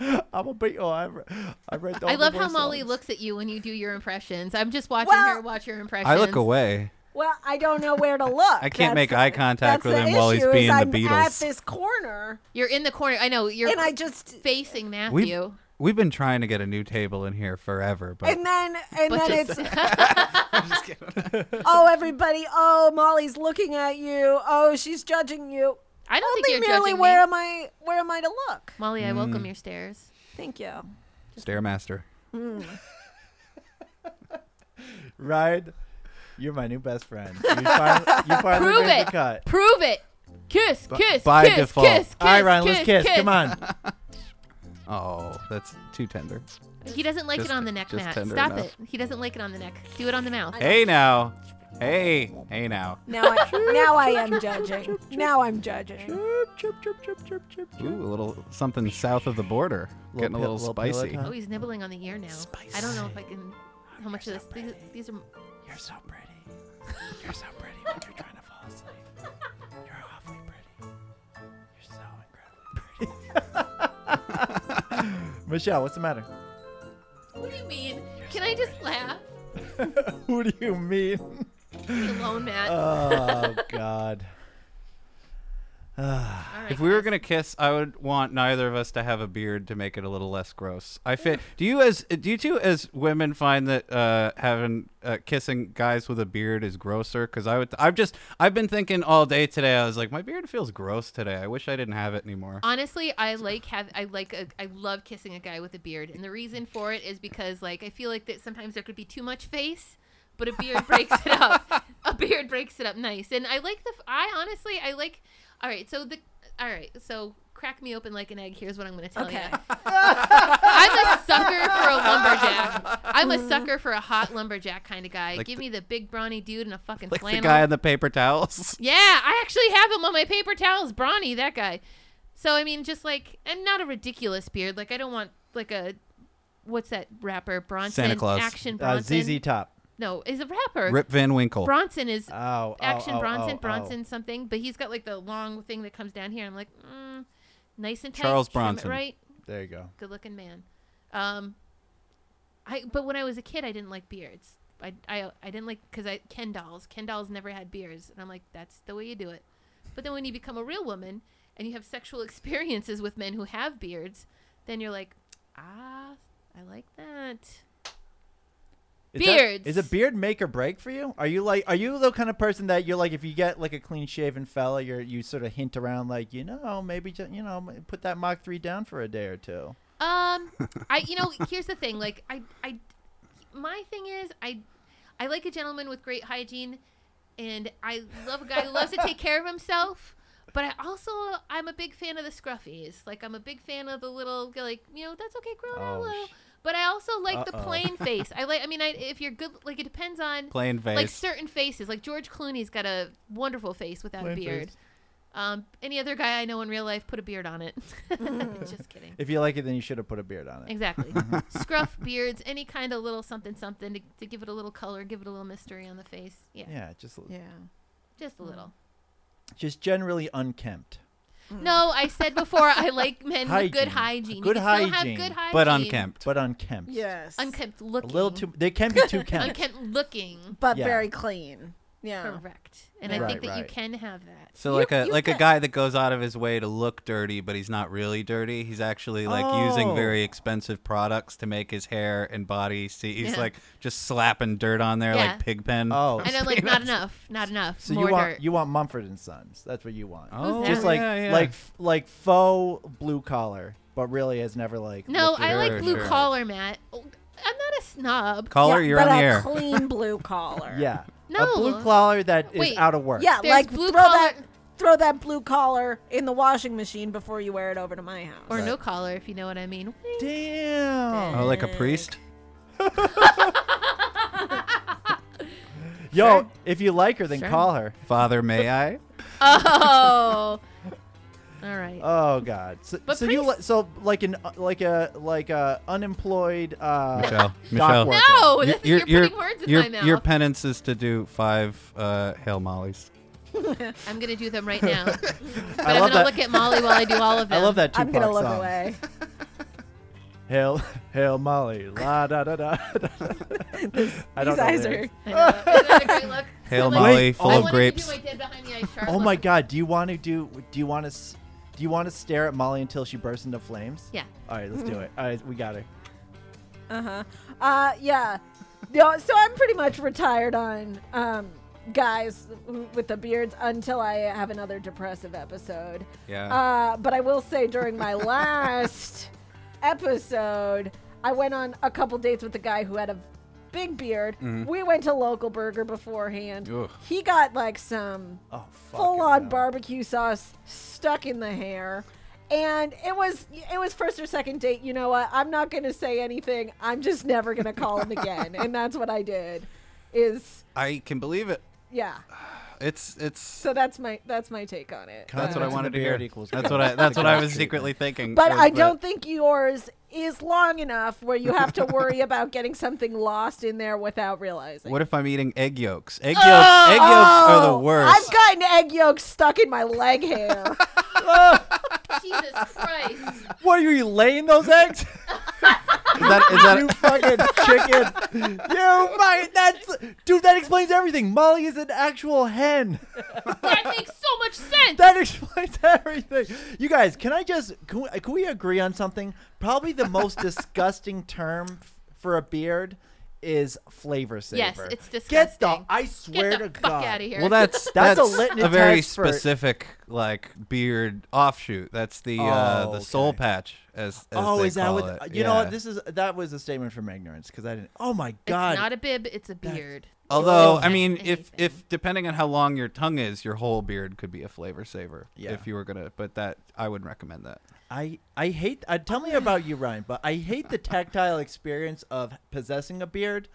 [laughs] I'm a beetle. I, re- I read. all I the love how voice Molly lines. looks at you when you do your impressions. I'm just watching Well, her watch your impressions. I look away. Well, I don't know where to look. [laughs] I can't That's make the- eye contact that's with the him while he's issue, is being the I'm At Beatles. this corner, You're in the corner. I know. You're and I just facing Matthew. We've, we've been trying to get a new table in here forever, but [laughs] and then and but then just, [laughs] it's oh everybody oh Molly's looking at you oh she's judging you. I don't Only think you're merely judging where me. am I where am I to look? Molly, I Mm. welcome your stares. Thank you. [laughs] Stairmaster. Right? You're my new best friend. You finally, you finally Prove made it. the cut. Prove it. Kiss, kiss, by kiss, default. kiss, kiss. All right, Ryan, kiss, let's kiss. Come on. Oh, that's too tender. He doesn't like it Just- on the neck, just Matt. tender Stop enough. it. He doesn't like it on the neck. Do it on the mouth. Hey now. Hey. Hey now. Now I now I am judging. Now I'm judging. Ooh, a little something south of the border. Getting a pil- little little spicy. pillow Oh, he's nibbling on the ear now. I don't know if I can. How much of this? These, these are. You're so pretty. You're so pretty when you're trying to fall asleep. You're awfully pretty. You're so incredibly pretty. [laughs] Michelle, what's the matter? What do you mean? Can I just laugh? What do you mean? Leave me alone, Uh, Matt. Oh God. All right, If we were guys. gonna kiss, I would want neither of us to have a beard to make it a little less gross. I fit. Do you as do you two as women find that uh, having uh, kissing guys with a beard is grosser? Because I would. I've just. I've been thinking all day today. I was like, my beard feels gross today. I wish I didn't have it Um, anymore. Honestly, I like have I like a, I love kissing a guy with a beard, and the reason for it is because like I feel like that sometimes there could be too much face, but a beard breaks it up. A beard breaks it up nice, and I like the. f- I honestly I like. All right, so the all right, so crack me open like an egg. Here's what I'm gonna tell Okay. you. I'm a sucker for a lumberjack. I'm a sucker for a hot lumberjack kind of guy. Like Give the- me the big brawny dude in a fucking Like flannel. the guy in the paper [laughs] towels. Yeah, I actually have him on my paper towels. Brawny, that guy. So I mean, just like, and not a ridiculous beard. Like I don't want like a, what's that rapper Bronson? Santa Claus. Action Uh, Bronson. ZZ Top. No, is a rapper. Rip Van Winkle. Bronson is Oh, oh, Action oh, Bronson. oh, oh. Bronson something, but he's got like the long thing that comes down here. I'm like, mm, nice and tight. Charles trim it Bronson. right? There you go. Good looking man. Um, I but when I was a kid, I didn't like beards. I, I, I didn't like because I Ken dolls. Ken dolls never had beards, and I'm like, that's the way you do it. But then when you become a real woman and you have sexual [laughs] experiences with men who have beards, then you're like, ah, I like that. Is that- Beards. is a beard make or break for you? Are you like are you the kind of person that you're like if you get like a clean shaven fella, you're you sort of hint around like you know maybe just, you know put that Mach three down for a day or two. Um, I you know here's the thing. Like I I my thing is I I like a gentleman with great hygiene, and I love a guy who loves to take care of himself. But I also I'm a big fan of the scruffies. Like I'm a big fan of the little like you know that's okay, grow it out a Oh, little. sh- But I also like the Uh-oh. [laughs] plain face. I like. I mean, I, if you're good, like it depends on Plain face. like certain faces. Like George Clooney's got a wonderful face without a Plain beard. face. Um, any other guy I know in real life put a beard on it. [laughs] Mm. Just kidding. If you like it, then you should have put a beard on it. [laughs] Exactly. Scruff beards, any kind of little something something to, to give it a little color, give it a little mystery on the face. Yeah, Yeah, just Yeah. just a little. just generally unkempt. No, I said before I like men with good Mm-hmm. Hygiene. hygiene. Good you can still have hygiene, good hygiene. but unkempt. But unkempt. Yes. Unkempt A looking. little too. They can be [laughs] too kempt. unkempt looking. but Yeah. very clean. Yeah. Correct. And I Right, think that you right. can have [laughs] that. So You- like a you like a get- guy that goes out of his way to look dirty, but he's not really dirty. He's actually like using Oh. very expensive products to make his hair and body see. He's Yeah. like just slapping dirt on there Yeah. like pig pen. Oh, I know, like [laughs] not enough, not enough. so More you want dirt. you want Mumford and Sons? That's what you want. Oh, Who's just that? like yeah, yeah. like like faux blue collar, but really has never like. no, looked I at like Sure, blue sure. collar, Matt. Oh, I'm not a snob. caller, yeah, you're but on the a air. clean blue collar. it. Yeah. No. A blue collar that is Wait. out of work. Yeah, There's like blue throw collar- that throw that blue collar in the washing machine before you wear it over to my house. Or no collar, if you know what I mean. Damn. oh, like a priest. Yo, if you like her, then Sure. [laughs] call her. Father, may I? Oh. All right. Oh God. So, But so you pretty- li- so like an uh, like a like a unemployed uh, Michelle, dock Michelle. worker. no, that's- you're, putting words in your, my mouth. your penance is to do five uh, hail mollies. I'm gonna do them right now. but I I'm love gonna that. look at Molly while I do all of them. [laughs] I love that Tupac I'm gonna look song. away. [laughs] Hail, hail Molly, la da da da. I don't These know eyes lyrics. I are. know. Isn't that a great look? Hail Like, Molly, Wait, full I of wanted grapes. To do my dead behind the eyes shark Oh look. my God! Do you want to do? Do you want to? Do you want to stare at Molly until she bursts into flames? Yeah. All right, let's do it. All right, we got her. Uh-huh. Uh yeah. No, so I'm pretty much retired on um guys w- with the beards until I have another depressive episode. Yeah. Uh but I will say during my last episode, I went on a couple dates with a guy who had a big beard. We went to local burger beforehand. Ugh. He got like some Oh, fuck full on barbecue sauce stuck in the hair. And it was it was first or second date. You know what? I'm not going to say anything. I'm just never going to call him again. And that's what I did. Is I can believe it. yeah. It's it's. So that's my that's my take on it. That's what I Confidence in wanted the to hear. beard equals That's good. what I. That's what I was Treatment. secretly thinking. But was I that- don't think yours is long enough where you [laughs] have to worry about getting something lost in there without realizing. What if I'm eating egg yolks? Egg yolks. Oh! egg yolks are the Oh, worst. I've gotten egg yolks stuck in my [laughs] leg hair. Jesus Christ! What are you laying those eggs? is that is you that fucking chicken! You might. That's dude. That explains everything. Molly is an actual hen. That makes so much sense. That explains [laughs] everything. You guys, can I just can we, can we agree on something? Probably the [laughs] most disgusting term f- for a beard is flavor saver. yes, it's Get disgusting. the I swear Get to the God. fuck out of here. Well, that's That's that's, a litmus a very test for- specific like beard offshoot. That's the uh, Oh, the soul okay. patch as, as Oh, they is that call what? it. You know Yeah. what? This is that was a statement from ignorance because I didn't. Oh my God! It's not a bib. It's a beard. Although I Anything. mean, if if depending on how long your tongue is, your whole beard could be a flavor saver. Yeah. If you were gonna, but that I would recommend that. I I hate. Uh, tell me about you, Ryan. But I hate the tactile experience of possessing a beard.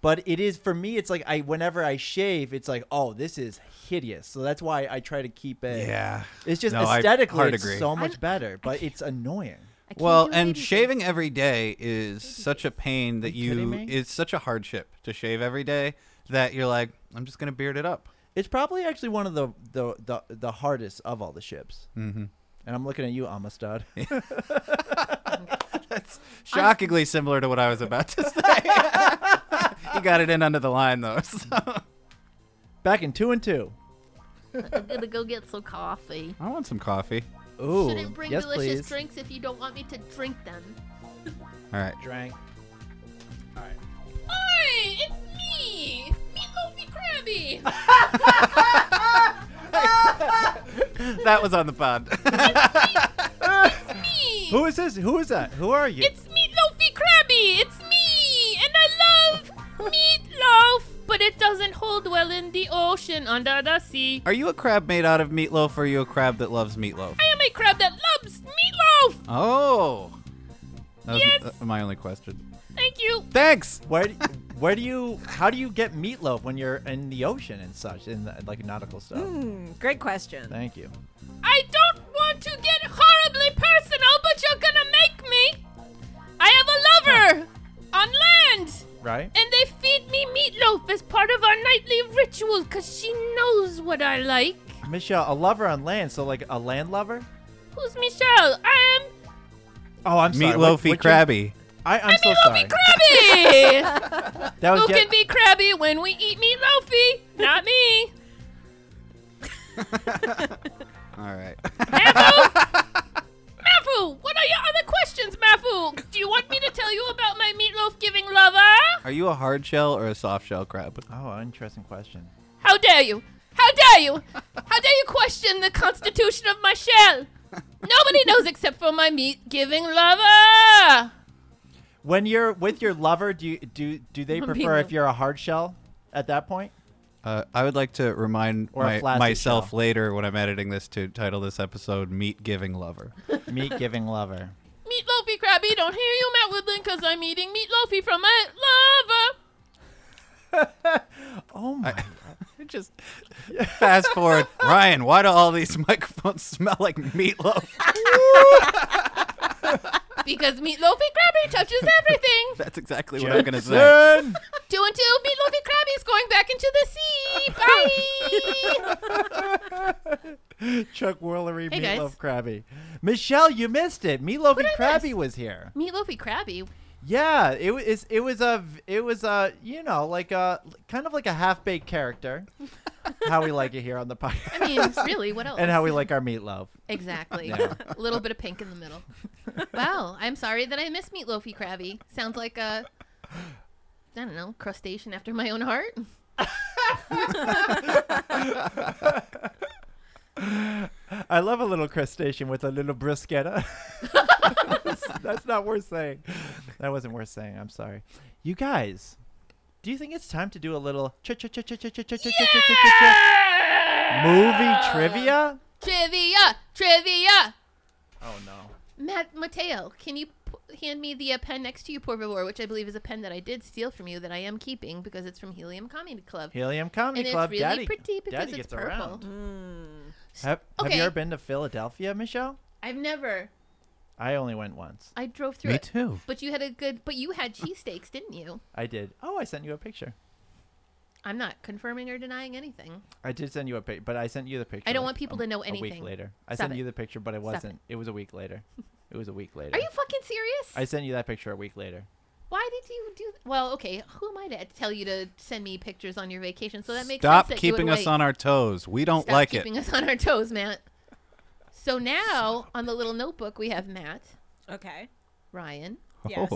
But it is for me. It's like I whenever I shave, it's like oh, this is hideous. So that's why I try to keep it. Yeah. It's just No, I aesthetically hard it's agree. so much better, but it's annoying. I can't Well, do and baby shaving things. every day is such a pain that you kidding you me? it's such a hardship to shave every day that you're like, I'm just gonna beard it up. It's probably actually one of the the the, the hardest of all the ships. Mm-hmm. And I'm looking at you, Amistad. [laughs] Shockingly similar to what I was about to say. [laughs] you got it in under the line though. [laughs] So. Back in two and two. I'm gonna go get some coffee. I want some coffee. Ooh, Shouldn't bring yes, delicious please. drinks if you don't want me to drink them. All right. Drank. Hi, it's me, Meatloafy Krabby. [laughs] That was on the pod. [laughs] Me. Who is this? Who is that? Who are you? It's Meatloafy Krabby. It's me, and I love meatloaf, but it doesn't hold well in the ocean under the sea. are you a crab made out of meatloaf or are you a crab that loves meatloaf? I am a crab that loves meatloaf. Oh. That was Yes. uh, my only question. Thank you. Thanks. where do, where do you how do you get meatloaf when you're in the ocean and such in the, like nautical stuff? Hmm, Great question. Thank you. I don't want to get horribly personal, but you're gonna make me. I have a lover on land, Right? and they feed me meatloaf as part of our nightly ritual because she knows what I like. Michelle, a lover on land, so like a land lover? Who's Michelle? I am Oh, I'm sorry. what- Meatloafy what's your- crabby. I, I'm so sorry. Krabby! That was Who get- can be crabby when we eat meatloafy? Not me. All right. Mafu! Mafu, what are your other questions, Mafu? Do you want me to tell you about my meatloaf giving lover? [laughs] Are you a hard shell or a soft shell crab? oh, interesting question. How dare you? How dare you? How dare you question the constitution of my shell? Nobody knows except for my meat giving lover. When you're with your lover, do you, do do they I'm prefer [laughs] if meatloaf. you're a hard shell at that point? Uh, I would like to remind Or a my, flaccid myself shell. later when I'm editing this to title this episode Meat Giving Lover. Meat giving lover. Meatloafy Krabby, don't hear you, Matt Woodland, because I'm eating meatloafy from my lover. [laughs] [laughs] Oh my. God. Just fast [laughs] forward. Ryan, why do all these [laughs] microphones smell like meatloaf? because meatloafy crabby touches everything. That's exactly what I'm going to say. Jackson! Two and two, meatloafy crabby's going back into the sea. Bye. Chuck Woolery, Hey, guys. Meatloaf Krabby. Michelle, you missed it. Meatloaf did and I Krabby miss? was here. meatloafy crabby. Yeah, it was. It was a. v- It was a. You know, like a kind of like a half [laughs] baked character. how we like it here on the podcast, [laughs] I mean, really, what else? and how we like our meatloaf. Exactly. Yeah. A little bit of pink in the middle. wow. I'm sorry that I missed meatloafy crabby. Sounds like a, I don't know, crustacean after my own heart. I love a little crustacean with a [laughs] little bruschetta. that's, that's not worth saying. That wasn't worth saying. I'm sorry. You guys, do you think it's time to do a little cha cha cha cha cha cha cha cha cha cha cha cha movie trivia? Trivia! Trivia! Oh no. Matt Mateo, can you p- hand me the uh, pen next to you, por favor, which I believe is a pen that I did steal from you that I am keeping because it's from Helium Comedy Club. Helium Comedy And it's Club. really Daddy, pretty because Daddy it's gets purple. around. Have, have Okay. you ever been to Philadelphia, Michelle? I've never. I only went once. I drove through Me it. too. But you had a good. But you had cheesesteaks, didn't you? I did. Oh, I sent you a picture. I'm not confirming or denying anything. I did send you a picture, but I sent you the picture. I don't like, want people um, to know A anything. week later, I Stop sent it. you the picture, but it Stop it. wasn't. It was a [laughs] week later. It was a week later. Are you fucking serious? I sent you that picture a week later. Why did you do? Well, okay. Who am I to tell you to send me pictures on your vacation? So that makes Stop sense that you would keeping us wait. on our toes. We don't Stop like it. keeping us on our toes, Matt. So now on the little notebook we have Matt, Okay. Ryan, Yes.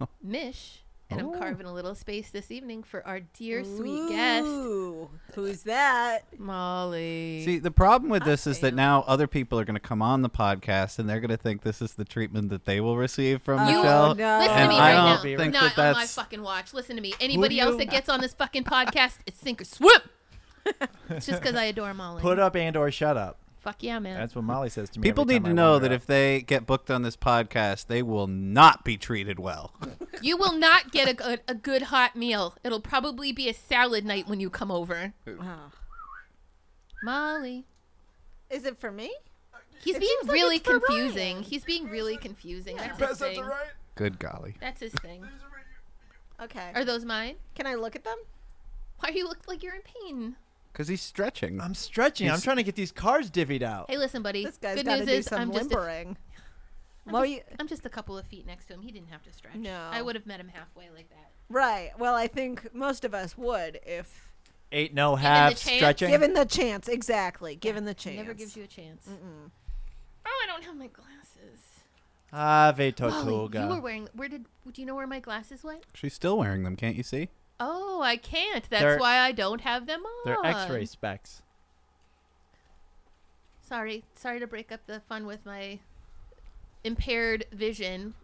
Oh. Mish, and Oh. I'm carving a little space this evening for our dear sweet guest Ooh, Who's that? Molly. See, the problem with this is that damn. now other people are going to come on the podcast and they're going to think this is the treatment that they will receive from You- Michelle. no. Listen to And me I right don't now. be think Not that on my that's. fucking watch. Listen to me. Anybody do else you- that gets on this fucking podcast, it's sink or swim. it's just because I adore Molly. Put up and or shut up. Fuck yeah, man. That's what Molly says to me. People every need time to I know wander that up. if they get booked on this podcast, they will not be treated well. You will not get a good, a good hot meal. It'll probably be a salad night when you come over. Ah. Molly. Is it for me? He's It being seems like really it's for confusing. Ryan. He's being really confusing. That's his thing. Good golly. That's his thing. Okay. Are those mine? Can I look at them? Why do you look like you're in pain? Because he's stretching. I'm stretching. I'm He's- trying to get these cars divvied out. Hey, listen, buddy. This guy's good got to news do is some I'm just, a, limbering. I'm Well, just- you- I'm just a couple of feet next to him. He didn't have to stretch. No. I would have met him halfway like that. Right. Well, I think most of us would if Ain't no the half chance. stretching. given the chance. Exactly. Given the chance. Never gives you a chance. Oh, I don't have my glasses. Ave Molly, Oh, you were Tortuga. wearing. Where did? Do you know where my glasses went? She's still wearing them, can't you see? Oh, I can't. That's They're- why I don't have them on. They're X-ray specs. Sorry, sorry to break up the fun with my impaired vision.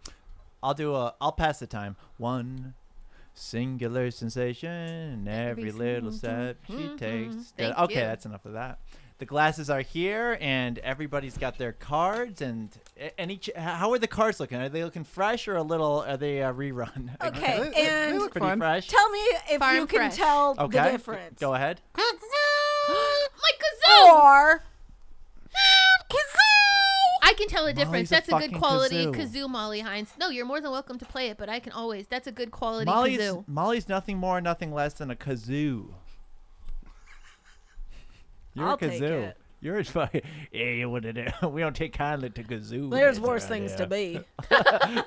I'll do a. I'll pass the time. One singular sensation, every, Every little single step she Mhm. takes. Thank okay, you. that's enough of that. The glasses are here, and everybody's got their cards. And any, how are the cards looking? Are they looking fresh or a little? Are they a rerun? [laughs] Okay. They- they- they and look pretty fun. fresh. tell me if you Farm can fresh. tell okay, the difference. go ahead. [gasps] my kazoo! Or I can tell a difference. Molly's a that's a, good fucking quality kazoo. kazoo. Molly Hines. No, you're more than welcome to play it, but I can always. That's a good quality Molly's kazoo. Molly's nothing more, nothing less than a kazoo. You're I'll a kazoo. take it. You're a [laughs] fucking. Yeah, you wouldn't. We don't take kindly to kazoo. There's worse things to [laughs] be.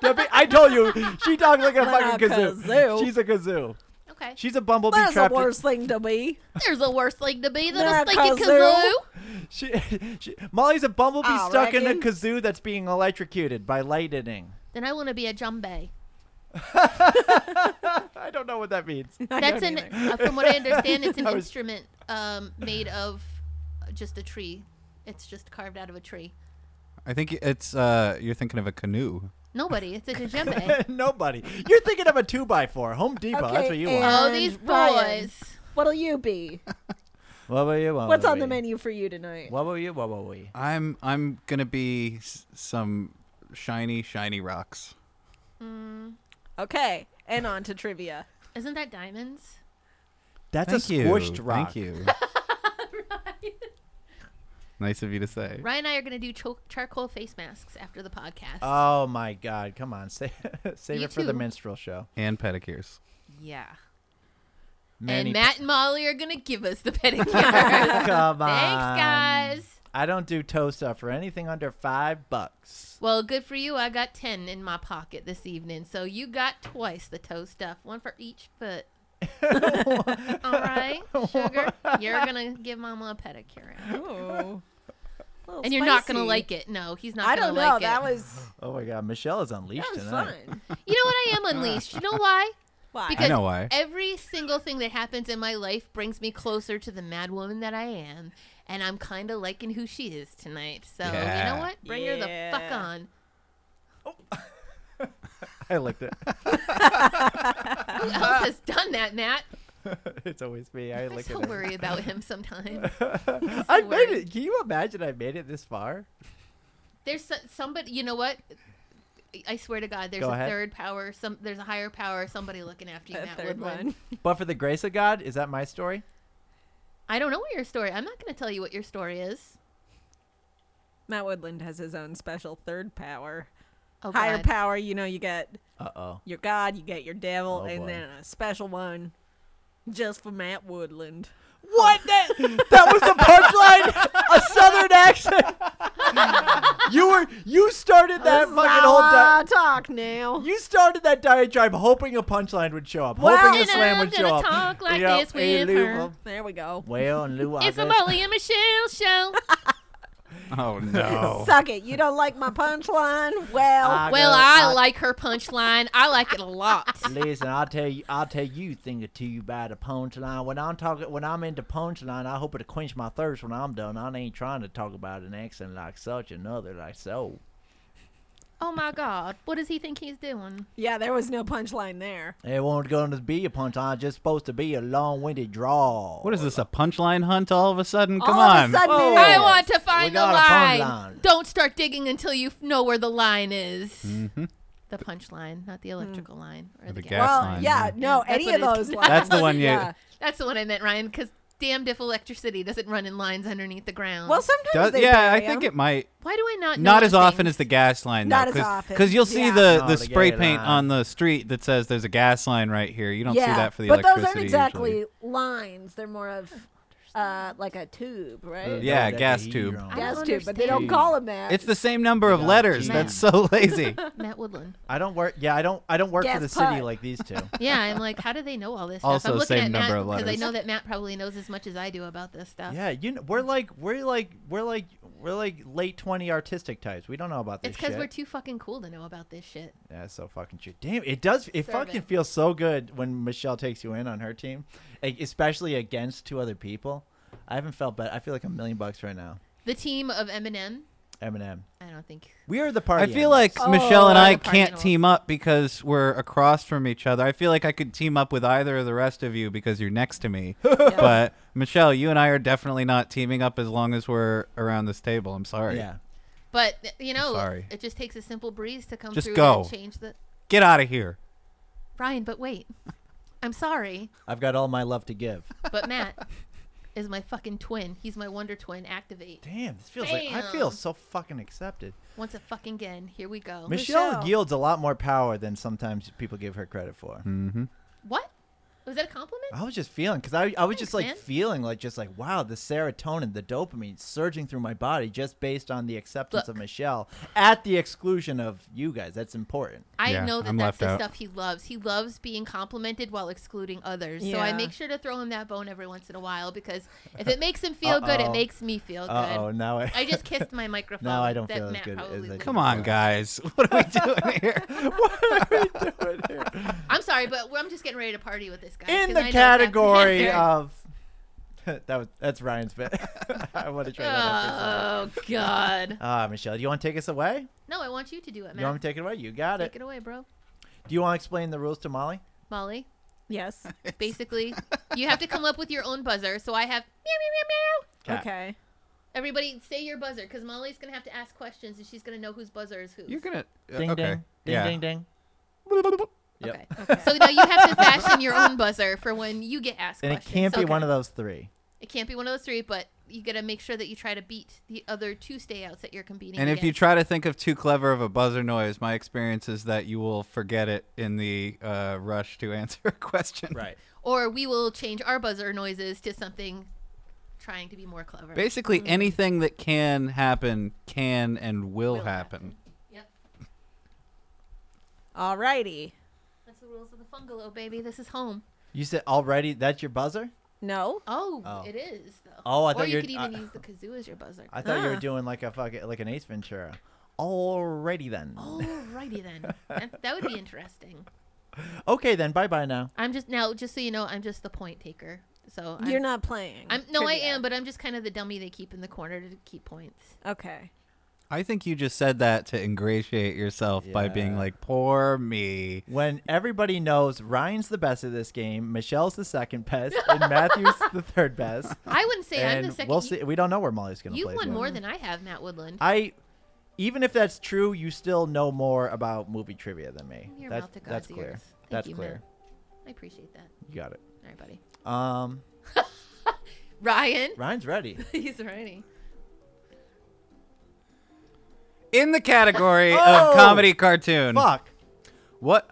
Debbie, I told you, she talks like a Not fucking a kazoo. kazoo. She's a kazoo. Okay. She's a bumblebee there's a trapped. in- worse thing to [laughs] be. There's a worse thing to be than Not a stinking kazoo. kazoo. she, [laughs] she, Molly's a bumblebee I stuck in a reckon. kazoo that's being electrocuted by lightning. Then I want to be a jumbe. I don't know what that means. [laughs] That's don't an. Uh, from what I understand, it's an I was- instrument um, made of just a tree. It's just carved out of a tree. I think it's uh, you're thinking of a canoe. Nobody. It's a djembe. Nobody. You're thinking of a two by four, Home Depot. that's Okay, what you and- want. All these Ryan. boys. What'll you be? What were you? What What's were on the you? menu for you tonight? What were you? What were we? I'm I'm gonna be s- some shiny shiny rocks. Okay. And on to trivia. Isn't that diamonds? That's a Thank you. squished rock. Thank [laughs] you. [laughs] nice of you to say. Ryan and I are going to do cho- charcoal face masks after the podcast. Oh my God! Come on, [laughs] save, save You it for the too. minstrel show. And pedicures. yeah. Many- and Matt and Molly are going to give us the pedicures. Come on, Thanks, guys. I don't do toe stuff for anything under five [laughs] bucks. [laughs] Well, good for you. I got 10 in my pocket this evening. So you got twice the toe stuff, one for each foot. All right, sugar. You're going to give mama a pedicure. [laughs] Oh. And you're not going to like it. No, he's not I going don't to know. like it. that was [laughs] Oh my God, Michelle is unleashed that was tonight. fun. You know what? I am unleashed. You know why? Why? [laughs] Because know why. every single thing that happens in my life brings me closer to the mad woman that I am. And I'm kind of liking who she is tonight. So, you Yeah. know what? Bring her the fuck Yeah. on. [laughs] I liked it. Who else has done that, Matt? [laughs] it's always me. I I licked so it. worry about him [laughs] sometimes. I made worried. it. Can you imagine? I made it this far. There's so- somebody, you know what? I swear to God, there's Go a ahead. third power. Some there's a higher power. Somebody looking after you, A Matt third Woodland. one. But for the grace of God, is that my story? I don't know what your story. I'm not going to tell you what your story is. Matt Woodland has his own special third power. Oh, Higher God. power, you know, you get Uh oh. your God, you get your devil, Oh, and boy. then a special one just for Matt Woodland. What? That, [laughs] [laughs] that was the punchline. A southern accent. [laughs] you were you started that This is fucking how whole I di- talk now. You started that diatribe hoping a punchline would show up, hoping a and slam I'm would show gonna up. talk like Yeah, this with in lieu her. of- There we go. well, in lieu of It's a this- Molly and Michelle show. Oh [laughs] no. Suck it. You don't like my punchline? Well, I well, go- I, like her punchline. I like it a lot. [laughs] Listen, I'll tell you, I'll tell you thing or two about a punchline. When I'm talking, when I'm into punchline, I hope it'll quench my thirst. When I'm done, I ain't trying to talk about an accent like such, another like so. oh my God, what does he think he's doing? Yeah, there was no punchline there. It won't gonna be a punchline. It's just supposed to be a long-winded draw. What is this? A punchline hunt? All of a sudden? Come all on. of a sudden, Whoa. it I is. want to find the got a line. phone line. Don't start digging until you f- know where the line is. Mm. The punchline, not the electrical line or the, the gas. gas. Well, line, yeah, yeah. no, That's any what of it is. those lines. That's the one you- Yeah. That's the one I meant, Ryan, because damned if electricity doesn't run in lines underneath the ground. Well, sometimes Does- they yeah, I bury think 'em. it might. why do I not? know Not as these often things? as the gas line. Not though, as cause, often, Because you'll see yeah. the, Oh, the the spray gay paint line. on the street that says there's a gas line right here. You don't see that for the but those electricity. aren't exactly usually. lines. They're more of uh, like a tube, right? Uh, Yeah. gas tube. I don't Gas tube, but they understand. don't call them that. It's the same number of Yeah, letters. geez. That's so [laughs] [laughs] lazy. [laughs] Matt Woodland. I don't work. Yeah, I don't. I don't work for Gas the city putt. like these two. Yeah, I'm like, how do they know all this stuff? Also I'm looking same at number Matt of I letters. know that Matt probably knows as much as I do about this stuff. yeah, you know, we're like we're like we're like we're like late twenty artistic types. We don't know about this It's because shit. we're too fucking cool to know about this shit. That's so fucking true. Damn, it does. It Serve fucking it. feels so good when Michelle takes you in on her team, like, especially against two other people. I haven't felt better. I feel like a million bucks right now. The team of Eminem. Eminem, I don't think. we are the party. I feel animals. like Michelle and Oh, I the can't cardinals. team up because we're across from each other. I feel like I could team up with either of the rest of you because you're next to [laughs] me. But Michelle, you and I are definitely not teaming up as long as we're around this table. I'm sorry. Yeah. But uh, you know, sorry. it just takes a simple breeze to come Just through go. and change the. Get out of here. Ryan, but wait, I'm sorry, I've got all my love [laughs] to give. [laughs] but Matt is my fucking twin. He's my wonder twin. Activate Damn, this feels like I feel Damn. so fucking accepted. once a fucking again. Here we go. Michelle, Michelle. yields a lot more power than sometimes people give her credit for. Hmm. what? Was that a compliment? I was just feeling because I, I was just Thanks, like man. feeling like just like wow the serotonin the dopamine surging through my body just based on the acceptance of Look. Michelle at the exclusion of you guys that's important I Yeah, know that I'm that's left the out. stuff he loves. He loves being complimented while excluding others. So I Yeah. make sure to throw him that bone every once in a while because if it makes him feel good, Uh-oh. it makes me feel good. uh oh now I, I [laughs] just kissed my [laughs] microphone. Now I don't that feel as Matt good as probably I would. did. Come on, guys. [laughs] What [laughs] are we doing here? [laughs] I'm sorry, but I'm just getting ready to party with this guy. in 'cause the I know category that's- [laughs] of [laughs] that was that's Ryan's bit [laughs] I want to try that [laughs] out Oh [laughs] God! ah Michelle do you want to take us away No, I want you to do it, you want me Matt. to take it away you got Take it it away, bro. do you want to explain the rules to Molly Molly, [laughs] Yes. [laughs] basically, you have to come up with your own buzzer. So I have meow meow meow meow. Cat. Okay. Everybody, say your buzzer because Molly's gonna have to ask questions and she's gonna know whose buzzer is whose. You're gonna ding okay. ding ding yeah. ding ding Yep. Okay. [laughs] So now you have to fashion your own buzzer for when you get asked. And it questions. can't be Okay. one of those three. It can't be one of those three, but you gotta make sure that you try to beat the other two stay outs that you're competing. And if you against. try to think of too clever of a buzzer noise, my experience is that you will forget it in the uh, rush to answer a question. or we will change our buzzer noises to something trying to be more clever. Basically, anything that can happen can and will, Will happen. happen. Yep, Alrighty. that's the rules of the Fungalow, baby. This is home. You said already. That's your buzzer. No. Oh, Oh. it is though. Oh, I or thought you you're- could even I- use the kazoo as your buzzer. I thought you were Ah. doing like a fucking like an Ace Ventura. Oh. Alrighty then. Alrighty [laughs] then, that, that would be interesting. Okay then. Bye bye now. I'm just now, just so you know, I'm just the point taker. So I'm, You're not playing. I'm no, I trivia. am, but I'm just kind of the dummy they keep in the corner to keep points. Okay. I think you just said that to ingratiate yourself by being Yeah. like, poor me. When everybody knows Ryan's the best at this game, Michelle's the [laughs] second best, and Matthew's the third best. I wouldn't say I'm Oh, and the second. we'll you- see. We don't know where Molly's gonna You've play. won but- more than I have, Matt Woodland. I. Even if that's true, you still know more about movie trivia than me. Your That's, mouth to God's that's clear. ears. Thank that's you, clear. Matt. I appreciate that. You got it. All right, buddy. Um, Ryan, [laughs] Ryan's ready. he's ready. In the category Oh! of comedy cartoon. Fuck. What?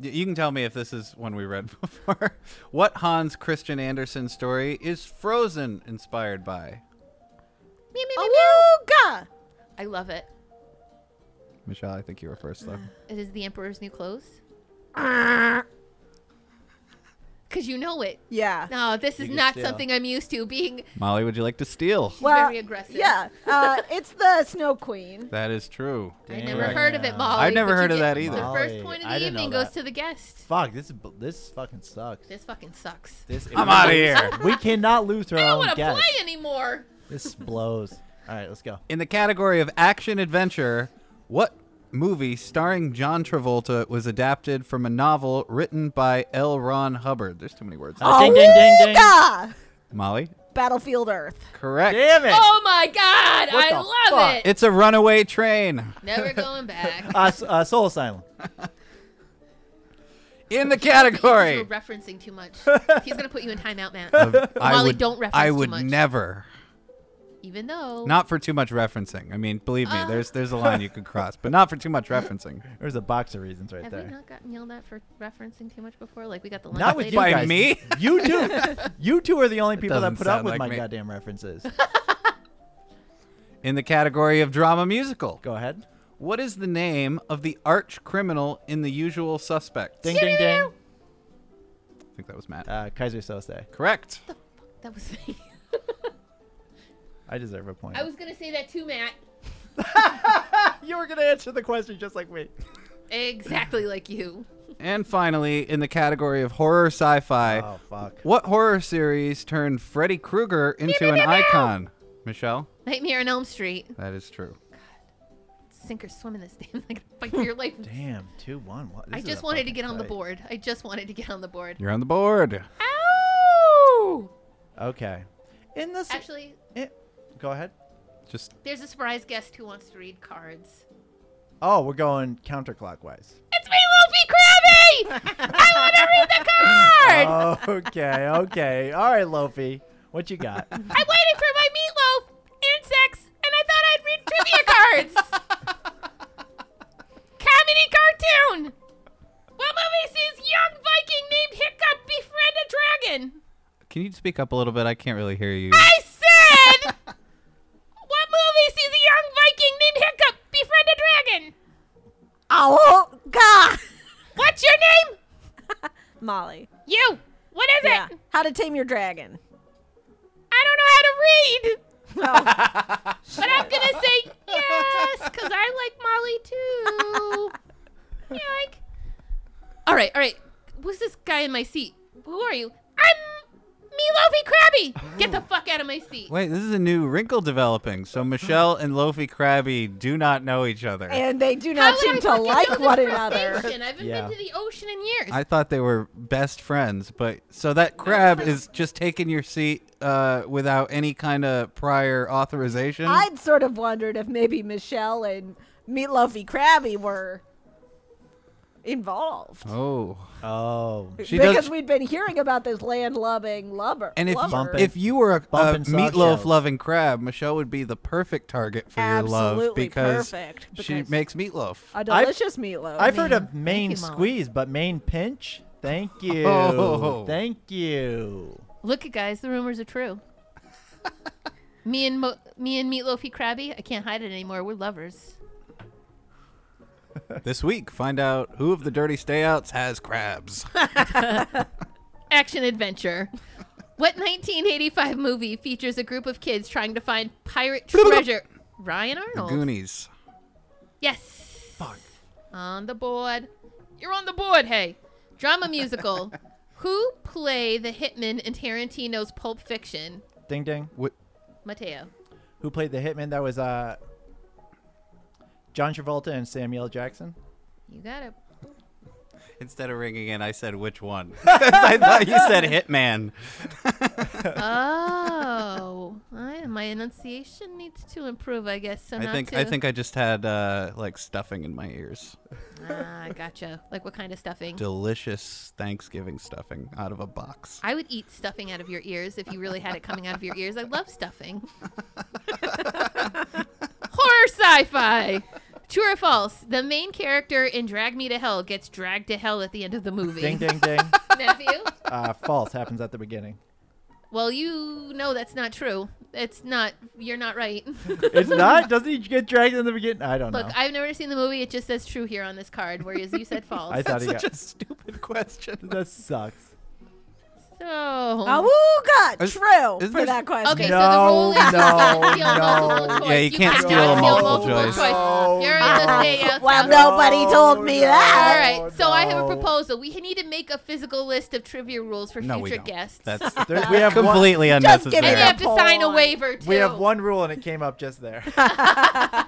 You can tell me if this is one we read [laughs] before. what Hans Christian Andersen story is Frozen inspired by? Meow, Oh, meow, meow, Awooga! meow. I love it. Michelle, I think you were first though. It is the Emperor's New Clothes. Ah. Cause you know it. Yeah. No, this is can not steal. something I'm used to. Being Molly, would you like to steal? very aggressive. Yeah. Uh, [laughs] it's the Snow Queen. That is true. I never Damn. heard of it, Molly. I've never but you heard of get- that either. The first Molly, point of I the didn't know evening goes that. to the guest. Fuck. This is bu- this fucking sucks. This fucking sucks. This I'm outta here. We cannot lose to I our don't own want to guess. play anymore. This blows. All right, let's go. In the category of action adventure, what movie starring John Travolta was adapted from a novel written by L. Ron Hubbard? There's too many words. Oh, ding, ding, ding, ding. Awooga! Molly, Battlefield Earth. correct. Damn it. Oh my god, What I the love fuck? it. It's a runaway train. Never going [laughs] back. Uh, s- uh, Soul Asylum. In the You're category. referencing too [laughs] much. He's gonna put you in timeout, [laughs] Matt. of- Molly, don't reference I too would much. never. Even though Not for too much referencing. I mean, believe me, Uh. there's there's a line you could cross, but not for too much referencing. There's a box of reasons right have we there. not gotten yelled at for referencing too much before? Like we got the lunch Not, with lady. you By guys. me? You two. You two are the only people that doesn't put up sound with like my me. [laughs] goddamn references. In the category of drama musical, Go ahead. what is the name of the arch criminal in The Usual Suspect? Ding, ding, ding. I think that was Matt. Uh, Kaiser Sose. Correct. [laughs] That was me. I deserve a point. I was gonna say that too, Matt. you were going to answer the question just like me. Exactly like you. And finally, in the category of horror sci-fi, Oh, fuck. what horror series turned Freddy Krueger into an icon? Michelle, Nightmare on Elm Street. that is true. Sink or swim in this damn thing. Fight [laughs] for your life. Damn, 2 1. What? I this is just a wanted to fucking get on the fight. board. I just wanted to get on the board. You're on the board. Ow! Okay. In this. Actually, eh, go ahead. Just there's a surprise guest who wants to read cards. Oh, we're going counterclockwise. It's me, Luffy Krabby! I want to read the card! Uh. okay, okay. All right, Lofi. What you [laughs] got? I waited for my meatloaf, insects, and I thought I'd read trivia cards. Comedy cartoon. What movie sees young Viking named Hiccup befriend a dragon? can you speak up a little bit? I can't really hear you. I said. what movie sees a young Viking named Hiccup befriend a dragon? Awooga! What's your name? Molly. You. What is Yeah. it? How to Tame Your Dragon. I don't know how to read. [laughs] but I'm gonna say yes because I like Molly too. Yoink. All right, all right. Who's this guy in my seat? Who are you? I'm Meatloafy Krabby. Get the fuck out of my seat. Wait, this is a new wrinkle developing. So Michelle and Lofi Krabby do not know each other. And they do How not would I seem to fucking know like this one from another. station? I haven't Yeah. been to the ocean in years. I thought they were best friends, but so that crab is just taking your seat uh, without any kind of prior authorization. I'd sort of wondered if maybe Michelle and Meatloafy Krabby were involved. Oh. Oh. She because does- we'd been hearing about this land loving lover. And if lover. if you were a, a Bumping soft meatloaf shells. loving crab, Michelle would be the perfect target for your love Absolutely because perfect, she because- makes meatloaf. a delicious meatloaf. I've heard Thank of you, main Molly. squeeze, but main pinch? Thank [laughs] you. Oh. Thank you. Look, it, guys, the rumors are true. [laughs] me and Mo- me and Meatloafy Krabby, I can't hide it anymore. We're lovers. This week, find out who of the dirty stayouts has crabs. Action adventure. What 1985 movie features a group of kids trying to find pirate treasure? Ryan the Arnold. Goonies. Yes. Fuck. On the board. You're on the board, hey. [laughs] Drama musical. Who play the hitman in Tarantino's Pulp Fiction? Ding ding. What? Mateo. Who played the hitman? That was uh John Travolta and Samuel L. Jackson. You got it. Instead of ringing in, I said which one. 'Cause [laughs] I thought [laughs] you said Hitman. [laughs] Oh, I, my enunciation needs to improve, I guess. So I not think to, I think I just had uh, like stuffing in my ears. Ah, gotcha. Like what kind of stuffing? Delicious Thanksgiving stuffing out of a box. I would eat stuffing out of your ears if you really had it coming out of your ears. I love [laughs] stuffing. Horror sci-fi. True or false? The main character in Drag Me to Hell gets dragged to hell at the end of the movie. Ding ding [laughs] ding. Nephew? Uh, false happens at the [laughs] beginning. Well, you know that's not true. It's not. You're not [laughs] right. It's not? Doesn't he get dragged in the beginning? I don't Look, know. I've never seen the movie. It just says true here on this card, whereas you said false. [laughs] I thought That's he [laughs] such got a stupid question. that sucks. so. Awooga, Is- true isn't for there- that question. Okay, so the No, rule is you can't steal no, multiple choice. no. Yeah, you can't cannot steal a multiple choice. No, You're in the no. stay out. Oh, Well, zone. nobody told me All that. right, so I have a Oh, no. proposal. We need to make a physical list of trivia rules for No, we future don't. guests. That's There- we have one, completely Just give unnecessary. it and you have to sign a Paul. waiver too. we have one rule and it came up [laughs] just there. Oh,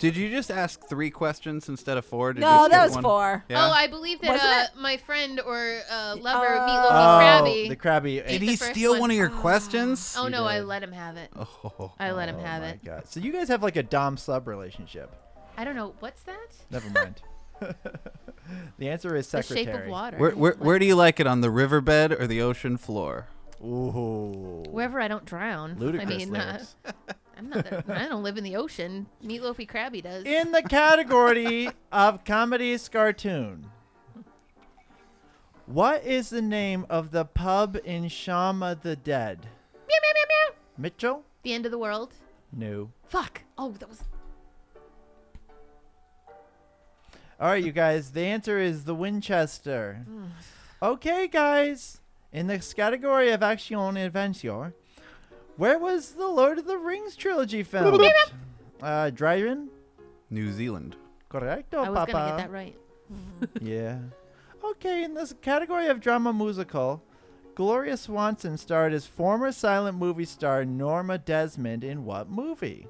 Did you just ask three questions instead of four? Did you No, just that get was one? four. Yeah. Oh, I believe Wasn't that uh, my friend or uh, lover Oh. Meatloaf oh, and Krabby. the crabby. Did the he first steal one. one, of your questions? oh He no, I did. let him have it. Oh. I let him Oh have my it. God. So you guys have like a dom sub relationship. I don't know what's that. [laughs] Never mind. [laughs] the answer is secretary. The shape of water. Where, where, where do you like it on the riverbed or the ocean floor? Ooh. Wherever I don't drown. Ludicrous I mean, uh, lyrics. I'm not. That, I don't live in the ocean. Meatloafy Krabby does. In the category of comedies cartoon, what is the name of the pub in Shama the Dead? Meow, meow, meow, meow. Mitchell? The end of the world. No. Fuck. Oh, that was. All right, you guys. The answer is the Winchester. okay, guys. In this category of action and adventure, where was the Lord of the Rings trilogy filmed? uh, Dryden. New Zealand. Correcto, I was Papa. gonna get that right. Oh, Yeah. Okay, in this category of drama musical, Gloria Swanson starred as former silent movie star Norma Desmond in what movie?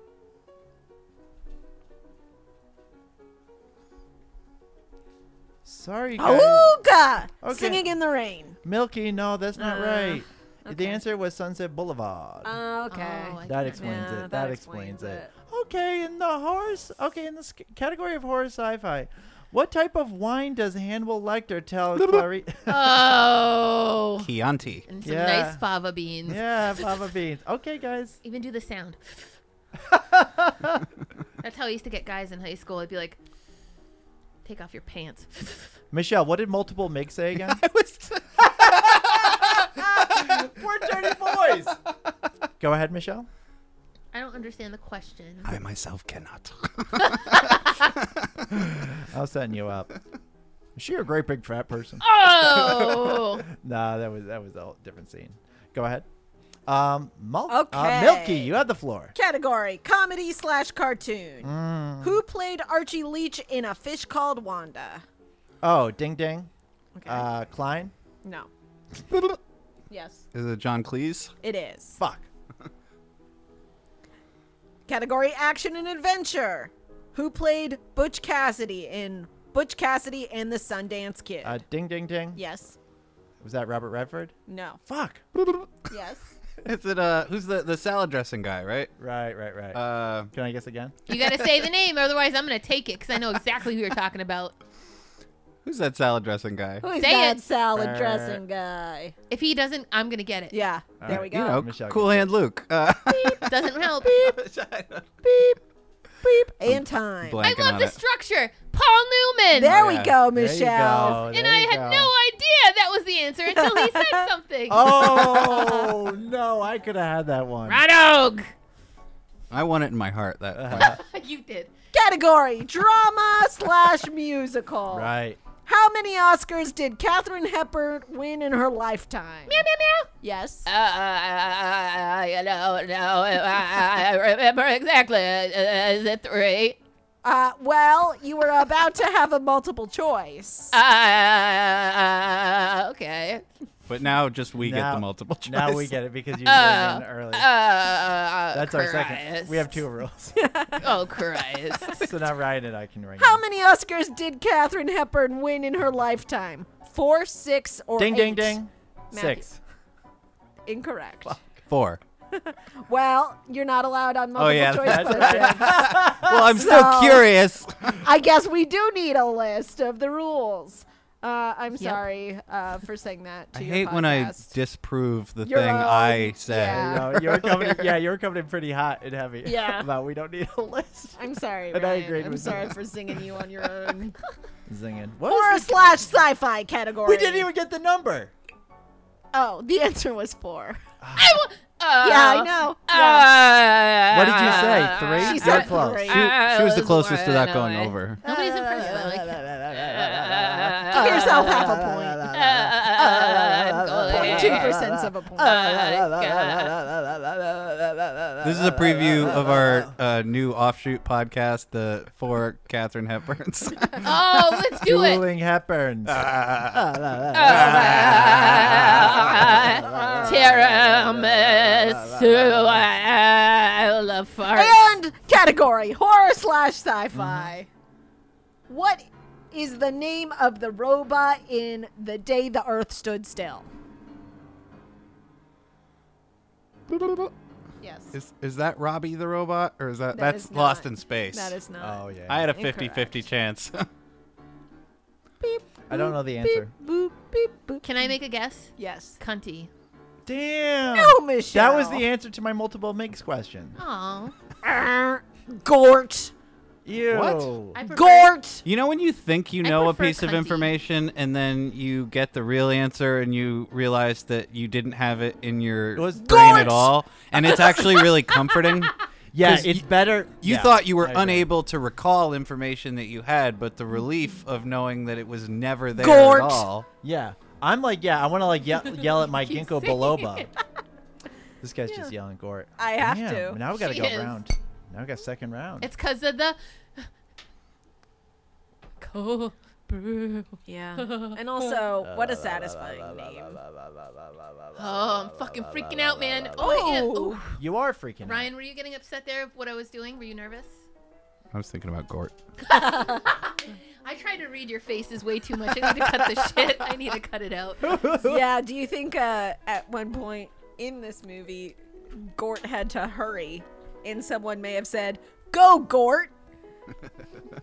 Sorry, Ah, guys. Awooga, Okay. singing in the rain. Milky, no, that's not Uh, right. The okay. answer was Sunset Boulevard. Uh, okay. Oh, I that can't- explains Yeah, it. That, that explains, explains it. Okay, in the horror. s- Okay, in this c- category of horror sci-fi, what type of wine does Hannibal Lecter tell Clary? Oh. [laughs] Chianti. And some Yeah. nice fava beans. Yeah, [laughs] Papa Beans. Okay, guys. Even do the sound. That's how I used to get guys in high school. I'd be like, take off your pants. [laughs] Michelle, what did multiple Mig say [laughs] again? I was We're dirty boys. Go ahead, Michelle. I don't understand [laughs] the question. [laughs] I myself cannot. I was setting you up. Is she a great big fat person? Ah! Oh! Nah, that was that was a whole different scene. Go ahead. Um, mul- uh, Okay. Milky, you have the floor. Category comedy slash cartoon. Mm. Who played Archie Leach in A Fish Called Wanda? Oh, ding ding. Okay. Uh, Klein. [laughs] no. yes, Is it John Cleese? it is. Fuck. Category action and adventure. Who played Butch Cassidy in Butch Cassidy and the Sundance Kid? Uh, ding ding ding. yes. Was that Robert Redford? [laughs] No. Fuck. Yes. Is it uh who's the the salad dressing guy, right? Right, right, right. Uh Can I guess again? you gotta say the name, otherwise I'm gonna take it because I know exactly who you're talking about. Who's that salad dressing guy? Who's Say that it. salad Er. Uh, dressing guy? If he doesn't, I'm gonna get it. Yeah, there we right, go. You know, Michelle Oh, Cool gets Hand Luke. Uh, [laughs] Doesn't help. Beep, beep, and time. I blanking love on the it. structure. Paul Newman. There yeah. we go, There you Michelle. go, and there I you had go. no idea that was the answer until he said something. Oh no, I could have had that one. Radog. I want it in my heart. That [laughs] [laughs] you did. Category drama slash musical. Right. How many Oscars did Katherine Hepburn win in her lifetime? Meow meow meow. Yes. Uh, I don't know. I I remember exactly. Uh, is it three? Uh, well, you were about to have a multiple choice. Uh, okay. but now just we get Now- the multiple choice. [laughs] Now we get it because you Uh, Oh. were in early. Uh, That's our second. We have two Christ. [laughs] rules. Oh Christ! so now Ryan and I can ring. How many Oscars did Katherine Hepburn win in her lifetime? Four, six, or Ding, ding, eight? ding. Matthew. Six. Incorrect. [laughs] Four. Well, you're not allowed on multiple yeah, choice Oh, that's questions. Well, I'm still So- curious. I guess we do need a list of the rules. Uh, I'm sorry uh, for saying that. To I your hate when I podcast. disprove the Your thing own- I say. yeah. No, [laughs] you're coming. Yeah, you're coming in pretty hot and heavy. [laughs] Oh. Yeah. About we don't need a list. I'm sorry. And I Ryan. agreed I'm with sorry that. for singing you on [laughs] your own. Zinging. What was Horror this? slash sci-fi category. We didn't even get the [laughs] number. Oh, the answer was four. I wa- uh, yeah, I know. Yeah. Uh, What did you say? Three? She You're said close. three. She, she was the Uh, closest to that no going way. over. Nobody's impressed. by like, uh, Give yourself half a point. Uh, uh, Two percent of a point. [laughs] [laughs] This is a preview of our uh, new offshoot podcast, the Four Catherine [laughs] Hepburns. oh, let's do it. Dueling Hepburns. Uh, Tiramisu fart. and category horror slash sci-fi. What is the name of the robot in The Day the Earth Stood Still? Yes. is, is that Robbie the robot, or is that, That that's is Lost not- in Space? That is not. oh yeah. I had a 50 Incorrect. 50 chance. [laughs] Beep, I don't know the boop, answer. Boop, beep, boop. Can I make a guess? Yes. Cunty. Damn. No, Michelle. That was the answer to my multiple mix question. Oh, Arr, Gort. Ew. I prefer- Gort. you know when you think you I know a prefer piece of cunty. information and then you get the real answer and you realize that you didn't have it in your It was brain Dorks. at all, and it's actually really [laughs] comforting. Yeah, 'Cause it's you- better. You yeah, thought you were I agree. unable to recall information that you had, but the relief of knowing that it was never there Gort. at all. Yeah. I'm like, yeah, I want to like yell, yell at my Keep ginkgo saying biloba. it. [laughs] This guy's just yelling Gort. I have Damn, to. Now we gotta She go is. round. Now we got second round. it's because of the cold brew. Yeah. And [laughs] also, what a satisfying name. Oh, I'm fucking freaking out, man. Oh, yeah. Ooh. Ooh. You are freaking out. Ryan, were you getting upset there of what I was doing? Were you nervous? I was thinking about Gort. I tried to read your faces way too much. I need to cut the shit. I need to cut it out. [laughs] yeah, do you think uh, at one point in this movie, Gort had to hurry and someone may have said, Go, Gort!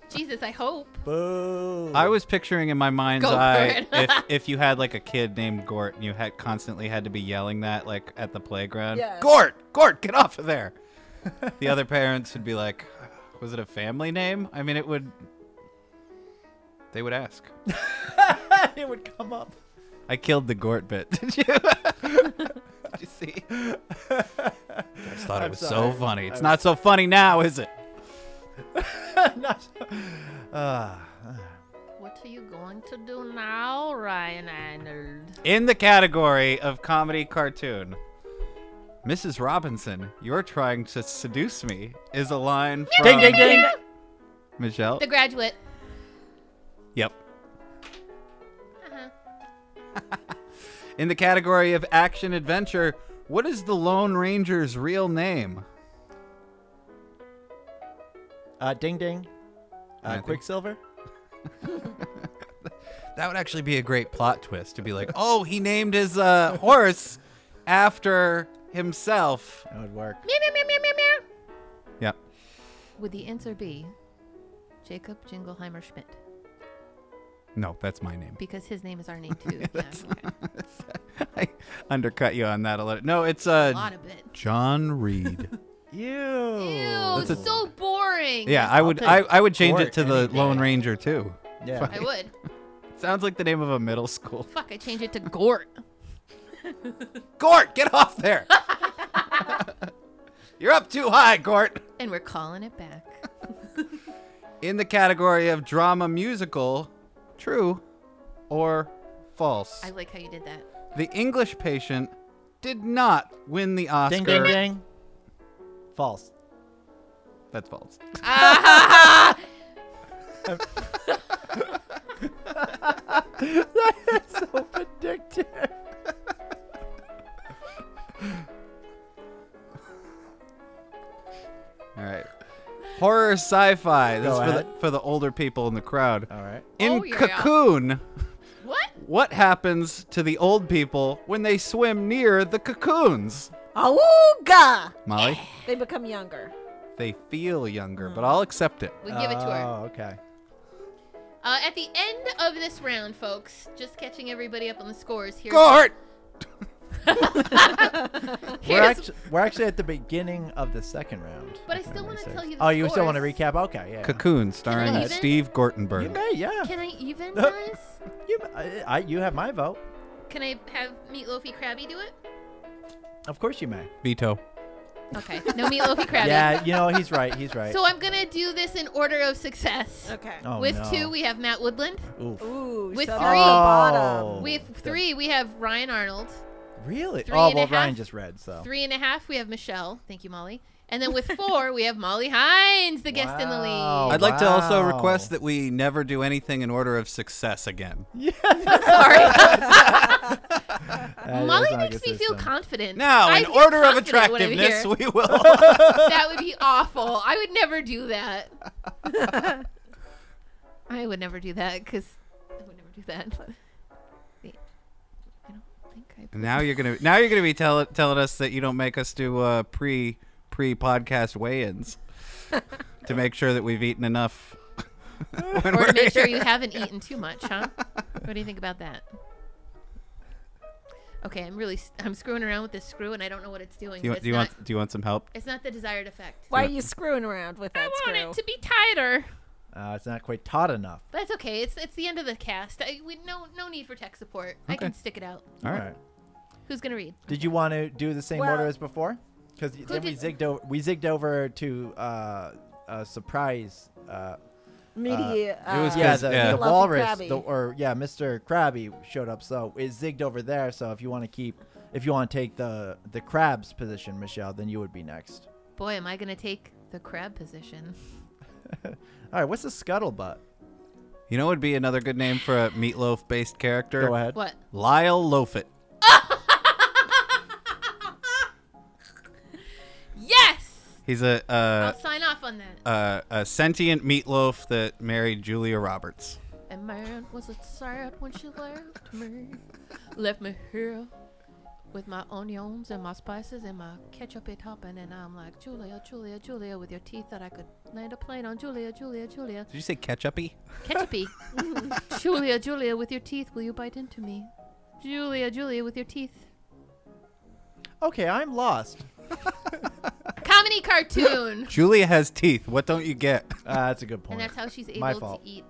Jesus, I hope. Boo. [laughs] I was picturing in my mind's Go for eye it. if, if you had like a kid named Gort and you had constantly had to be yelling that like at the playground. Yeah. Gort, Gort, get off of there. [laughs] the other parents would be like, was it a family name? I mean, it would. They would ask. it would come up. [laughs] I killed the Gort bit. [laughs] Did you? Did you see? I just thought it I'm was so sorry. funny. It's I'm- not so funny now, is it? Not- Ah. What are you going to do now, Ryan Arnold? In the category of comedy cartoon, Mrs. Robinson, you're trying to seduce me, is a line from ding, ding, ding. Michelle. The graduate. Yep. Uh-huh. Uh-huh. [laughs] In the category of action adventure, what is the Lone Ranger's real name? Uh, ding, ding. Uh, Matthew. Quicksilver. That would actually be a great plot twist to be like, [laughs] oh, he named his uh, horse after himself. That would work. Meow, meow, meow, meow, meow, meow. Yep. Would the answer be Jacob Jingleheimer Schmidt? No, that's my name. [laughs] because his name is our name too. yeah, okay. I undercut you on that a little. No, it's uh, a lot of it. John [laughs] Reed. Ew. Ew, That's it's a- so boring. yeah, I would take I, I would change it Gort to the any day. Lone Ranger too. Yeah. I would. Sounds like the name of a middle school. Fuck, I change it to Gort. [laughs] Gort, get off [laughs] there! You're up too high, Gort. And we're calling it back. In the category of drama musical, true or false, I like how you did that. the English Patient did not win the Oscar. Ding ding ding. False. That's false. so predictive. All right. Horror sci-fi. This Go is for the, ahead. for the older people in the crowd. All right. In Oh, yeah. Cocoon, What? what happens to the old people when they swim near the cocoons? Awooga! [sighs] Molly, They become younger. they feel younger, but I'll accept it. We give it to her. Oh, okay. Uh, at the end of this round, folks, just catching everybody up on the scores. Here's, Gort. [laughs] here's We're actually, we're actually at the beginning of the second round. But I if still memory wanna serves. tell you the Oh, you still want to scores. recap? Okay, yeah. Cocoon, starring even- Steve You Gortenberg. may, yeah. Can I even, Nope. guys? You, I, I, you have my vote. Can I have Meatloafy Krabby do it? Of course you may. Veto. Okay, no Meatloafy Krabby. Yeah, you know he's right. He's right. So I'm gonna do this in order of success. Okay. oh, With no. two, we have Matt Woodland. Oof. Ooh, With so three. that's the bottom. Oh. With the- three, we have Ryan Arnold. Really? three oh and a well, Ryan half- just read. So Three and a half, we have Michelle. Thank you, Molly. And then with four, we have Molly Hines, the guest in the Wow. lead. I'd like to also Oh, wow. request that we never do anything in order of success again. [laughs] [laughs] That is Molly not a makes good me feel system. confident. Now, I in feel order of confident when I'm attractiveness, we here. will. [laughs] that would be awful. I would never do that. I would never do that because I would never do that. Wait, I don't think I. And Now you're gonna now you're gonna be tell, telling us that you don't make us do uh, pre pre podcast [laughs] weigh-ins to make sure that we've eaten enough. when Or we're to make sure here. you haven't eaten too much, huh? What do you think about that? Okay, I'm really s- I'm screwing around with this screw and I don't know what it's doing. Do you, want- but it's do you not want do you want some help? it's not the desired effect. Why are you screwing around with I that want screw? it to be tighter. Uh, it's not quite taught enough. But it's okay. It's it's the end of the cast. I, we no no need for tech support. I Okay. can stick it out. All All right. right. Who's gonna read? Did you want to do the same Well- order as before? Because then we did- zigged over. We zigged over to uh, a surprise. Uh, Meaty. Uh, it was yeah, 'cause- the, yeah. the Meatloaf and walrus, Krabby. the, or yeah, Mr. Krabby showed up. So it zigged over there. So if you want to keep, if you want to take the the crab's position, Michelle, then you would be next. Boy, am I gonna take the crab position. [laughs] All right, what's a scuttlebutt? You know what would be another good name for a meatloaf based character? Go ahead. What? Lyle Loafit. Yes! He's a I'll uh, sign off on that. uh, a sentient meatloaf that married Julia Roberts. And man, was it sad when she left me? Left me here with my onions and my spices and my ketchup and topping. And I'm like, Julia, Julia, Julia, with your teeth that I could land a plane on. Julia, Julia, Julia. Did you say ketchupy? [laughs] Ketchupy. Julia, Julia, with your teeth, will you bite into me? Julia, Julia, with your teeth. Okay, I'm lost. Comedy [laughs] cartoon! Julia has teeth. What don't you get? Uh, that's a good and point. that's how she's My able to fault. eat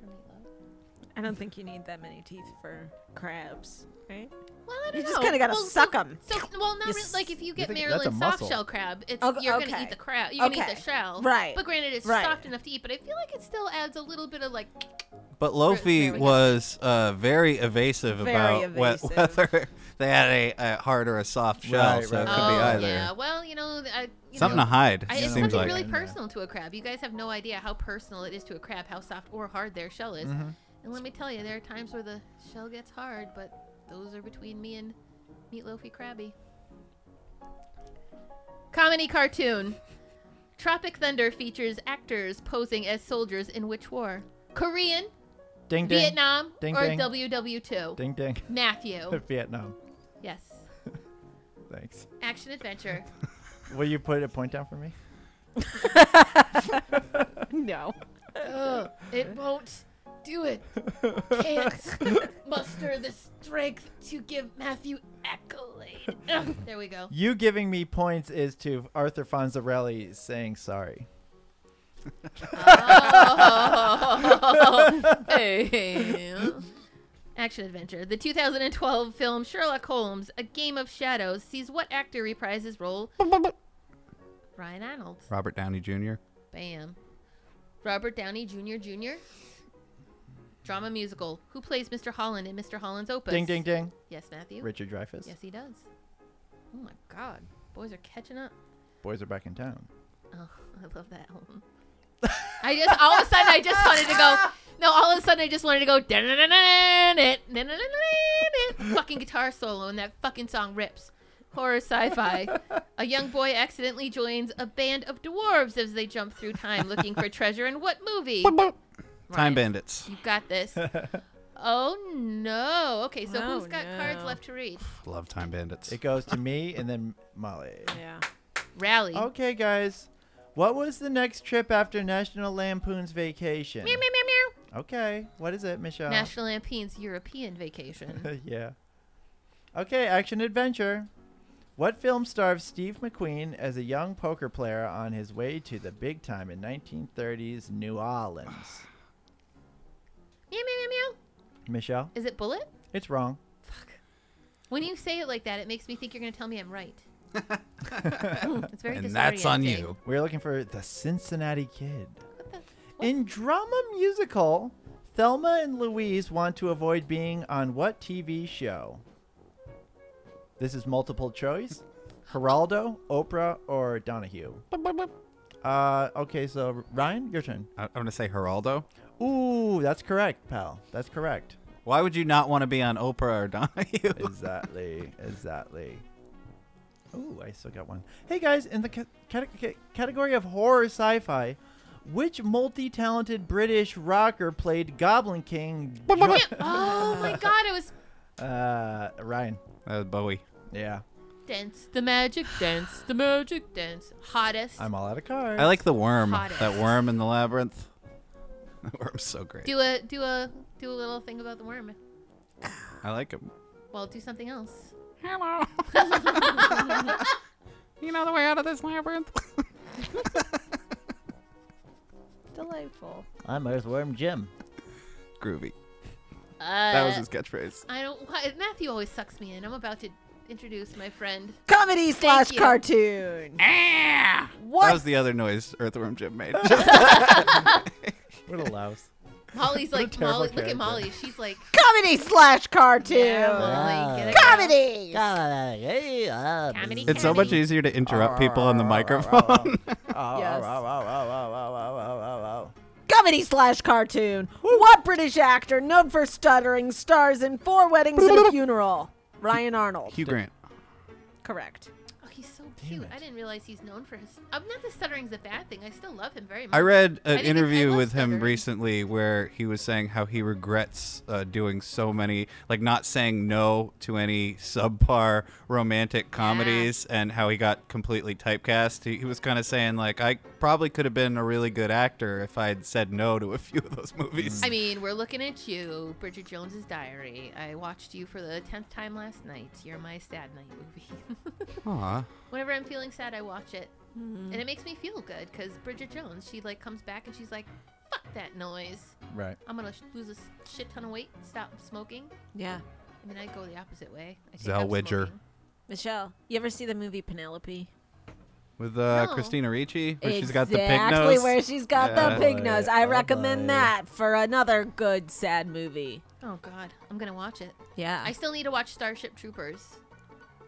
her meatloaf. I don't think you need that many teeth for crabs, right? Well, I don't You just know. kinda gotta Well, so- suck 'em. So, well, not You really, like if you get think that's a Maryland soft muscle. shell crab, it's Okay, you're gonna okay. eat the crab. You're gonna eat Okay. the shell, Right. But granted, it's Right. soft enough to eat. But I feel like it still adds a little bit of like. But There Lofi we go. was uh, very evasive Very about whe- evasive. whether [laughs] they had a, a hard or a soft shell, Right, so it right, could right. be oh either. yeah, well you know, I, you Something know, to hide. I, it it's seems something like. really Yeah. personal to a crab. You guys have no idea how personal it is to a crab, how soft or hard their shell is. Mm-hmm. And let me tell you, there are times where the shell gets hard, but those are between me and Meatloafy Krabby. Comedy cartoon. Tropic Thunder features actors posing as soldiers in which war? Korean, ding ding. Vietnam, Oh. Ding, or ding. WW2? Ding ding. Matthew. [laughs] Vietnam. yes. Thanks. Action adventure. Will you put a point down for me? No. Ugh, it won't do it. Can't [laughs] muster the strength to give Matthew accolade. Ugh, there we [laughs] [laughs] go. You giving me points is to Arthur Fonzarelli saying sorry. Action adventure. The 2012 film Sherlock Holmes: A Game of Shadows sees what actor reprise his role? Ryan Reynolds. Robert Downey Jr. Bam. Robert Downey Jr. Jr. Drama musical. Who plays Mr. Holland in Mr. Holland's Opus? Ding, ding, ding. Yes, Matthew. Richard Dreyfuss. Yes, he does. Oh my God, boys are catching up. [laughs] Boys are back in town. Oh, I love that [laughs] album. I just all of a sudden I just wanted to go. No, all of a sudden I just wanted to go. "Dun-dun-dun-dun-dun, it, dun-dun-dun-dun-dun," Fucking guitar solo and that fucking song rips. Horror sci-fi. A young boy accidentally joins a band of dwarves as they jump through time looking for treasure in what movie? Time Ryan, Bandits. You [laughs] got this. Oh no. Okay, so Oh, who's got cards no. left to read? Love Time Bandits. It goes to me and then Molly. Yeah. Rally. Oh. Okay, guys. What was the next trip after National Lampoon's vacation? Meow, meow, meow, meow. Okay. What is it, Michelle? National Lampoon's European Vacation. [laughs] yeah. Okay, action adventure. What film stars Steve McQueen as a young poker player on his way to the big time in 1930s [sighs] New Orleans? meow, meow, meow, meow. Michelle, Is it Bullet? it's wrong. When you say it like that, it makes me think you're going to tell me I'm right. it's very and that's on disorienting. you. We're looking for the Cincinnati Kid. What the- In drama musical, Thelma and Louise want to avoid being on what TV show? This is multiple choice. Geraldo, Oprah, or Donahue? Uh, okay, so Ryan, your turn. I- I'm gonna say Geraldo. Ooh, that's correct, pal. That's correct. Why would you not want to be on Oprah or [laughs] Donahue? Exactly. exactly. Ooh, I still got one. Hey guys, in the ca- cate- ca- category of horror sci-fi, which multi-talented British rocker played Goblin King? Jo- oh my god, it was uh, Ryan. That was Bowie. Yeah, dance the magic, dance the magic, dance. Hottest. I'm all out of cards. I like the worm. Hottest. That worm in the labyrinth. [laughs] That worm's so great. do a do a do a little thing about the worm. I like him. Well, do something else. [laughs] Hello. [laughs] you know the way out of this labyrinth? Delightful. I'm Earthworm Jim. Groovy. Uh, That was his catchphrase. I don't. Why, Matthew always sucks me in. I'm about to introduce my friend. Comedy slash you. cartoon. That Ah! What? was the other noise Earthworm Jim made. What a louse. Molly's What a like terrible Molly. Look character. at Molly. She's like Comedy slash cartoon. yeah, Molly, get it, girl." Comedy. Hey, uh, Comedy. it's so much Comedy. easier to interrupt people on the microphone. Yes. Yes. Comedy slash cartoon. What British actor known for stuttering stars in four weddings and [laughs] a funeral? Ryan [laughs] Arnold. Hugh Grant. Correct. Oh, he's so cute. I didn't realize he's known for his. I'm not that stuttering's a bad thing. I still love him very much. I read I an think I interview love with him stuttering. recently where he was saying how he regrets uh, doing so many, like not saying no to any subpar romantic comedies and how he got completely typecast. He, he was kind of saying, like, I probably could have been a really good actor if I had said no to a few of those movies. I mean, we're looking at you, Bridget Jones's Diary. I watched you for the tenth time last night. You're my sad night movie. [laughs] Aw. Whenever I'm feeling sad, I watch it, Mm-hmm. and it makes me feel good because Bridget Jones, she like comes back and she's like, "Fuck that noise! Right. I'm gonna sh- lose a s- shit ton of weight, stop smoking." Yeah. I mean, I go the opposite way. I think Zell I'm Widger. smoking. Michelle, you ever see the movie Penelope? With uh, No. Christina Ricci, where Exactly she's got the pig nose. where she's got Yeah. Oh, the pig nose. I Bye-bye. recommend that for another good sad movie. Oh God, I'm gonna watch it. Yeah. I still need to watch Starship Troopers.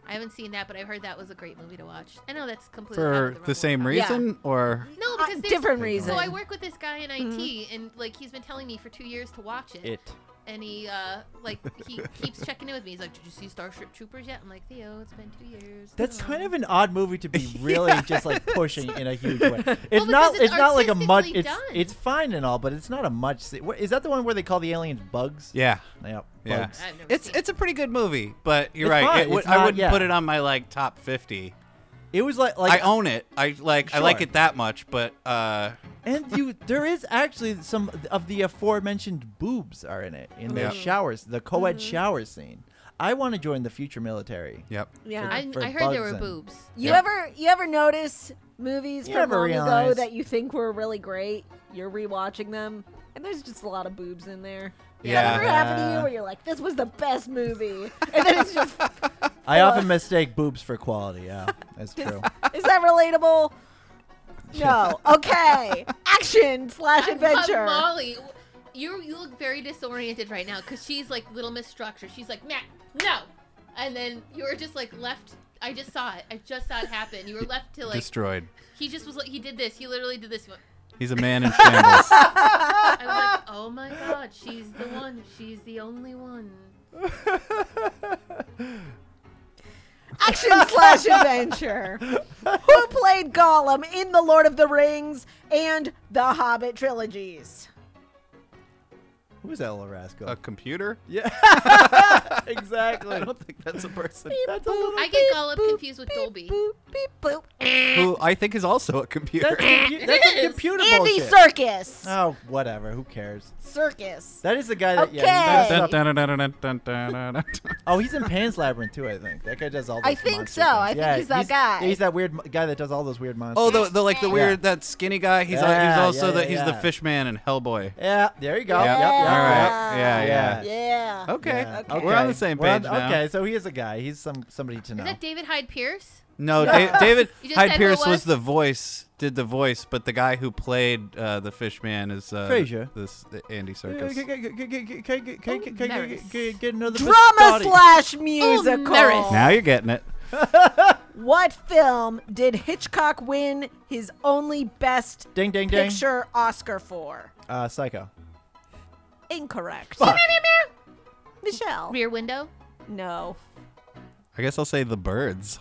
I haven't seen that, but I've heard that was a great movie to watch. I know that's completely out For of the realm same of- Yeah. reason? Or. No, Uh, because there's- different Pig nose. reason. Mm-hmm. So I work with this guy in IT, and like he's been telling me for two years to watch it, It. and he uh like he keeps checking in with me. He's like, "Did you see Starship Troopers yet?" I'm like, "Theo, it's been two years." That's Come kind on." of an odd movie to be really just like pushing in a huge way. It's because not. it's It's not like a much. artistically It's done. it's fine and all, but it's not a much. se- what- Is that the one where they call the aliens bugs? Yeah. Yep. Yeah. Bugs. I've never It's seen it. it's a pretty good movie, but you're It's right. fine, It would, it's I not- wouldn't yeah. put it on my like top 50. It was like I like own it. I like I like Sure. it that much, but uh, and you there is actually some of the aforementioned boobs are in it in the Yeah. showers, the co-ed shower scene. I want to join the future military. yep. Yeah. I, for I heard there bugs were and- boobs. You Yeah. ever you ever notice movies You from ever long ago realize- that you think were really great? You're rewatching them, and there's just a lot of boobs in there. Yeah. That ever happened to you Yeah. where you're like, "This was the best movie," [laughs] and then it's just, I often mistake boobs for quality. Yeah, that's true. "Is that relatable?" [laughs] No. Okay. [laughs] Action slash adventure. Uh, Molly, you you look very disoriented right now because she's like little Miss Structure. She's like Matt, no, and then you were just like left. I just saw it. I just saw it happen. You were left to like Destroyed. he just was like he did this. He literally did this one. He's a man in shambles. I was [laughs] like, oh my god, she's the one. She's the only one. action slash [laughs] adventure. Who played Gollum in the Lord of the Rings and the Hobbit trilogies? Who's that little rascal? [laughs] a [laughs] computer? exactly. I don't [laughs] think that's a [laughs] person. That's a little. I get Gollum confused with Dolby. Boop beep boop. Who I think is also a computer. That's, compu- that's a computer Andy bullshit. Circus. Oh, whatever. Who cares? Circus. That is the guy that. Yeah, he Okay. messed Dun, dun, up- dun, dun, dun, dun, dun, dun, dun. Oh, he's in Pan's Labyrinth too. I think that guy does all. Those I think monster so. I things. think Yeah, he's that guy. yeah, He's that weird mo- guy that does all those weird monsters. [laughs] oh, the, the like the weird that skinny guy. He's al- Yeah, he's also yeah, the he's the yeah. fish man in Hellboy. Yeah, there you go. Yep. Yep, yep, All yep. right. Yeah. Yeah. Yeah. Yeah. Okay. Yeah, We're on the same We're on- page now. Okay, so he is a guy. He's some somebody to Is know. that David Hyde Pierce? No, da- David You just Hyde said who it Pierce was? was? the voice, did the voice, but the guy who played uh, the fish man is uh, Frasier. This the Andy Can Circus. Maris. I get another Oh, Drama biscotti? slash musical. Maris. Now you're getting it. What film did Hitchcock win his only Best Ding ding ding. Picture Oscar for? Uh, Psycho. Incorrect. Fuck. Michelle. Rear Window. No. I guess I'll say the birds.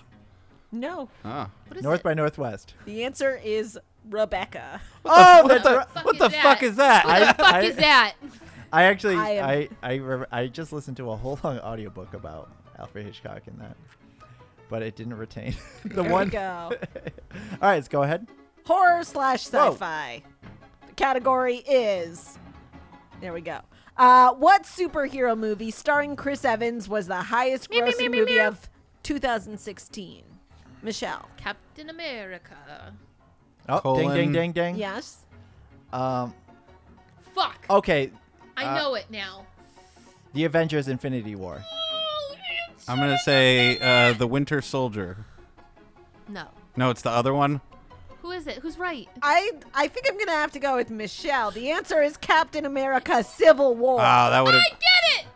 No. Ah. What is North it? by Northwest. The answer is Rebecca. Oh, What that's the, right. what the fuck is that? [laughs] What the I- fuck is that? I actually, I am- I, I, re- I just listened to a whole long audiobook about Alfred Hitchcock and that, but it didn't retain [laughs] the There one. [laughs] we go. All right, let's go ahead. Horror slash Whoa. sci-fi. The category is. There we go. Uh, what superhero movie starring Chris Evans was the highest Meow, meow, meow, grossing meow, movie meow. of 2016? Michelle. Captain America. Oh, Colon. ding, ding, ding, ding. Yes. Um. Fuck. Oh, Okay, uh, I know it now. the Avengers: Infinity War. Oh, I'm gonna say uh, the Winter Soldier. No. No, it's the other one. Who is it? Who's right? I I think I'm gonna have to go with Michelle. The answer is Captain America: Civil War. Wow, Ah, that would have. I did it!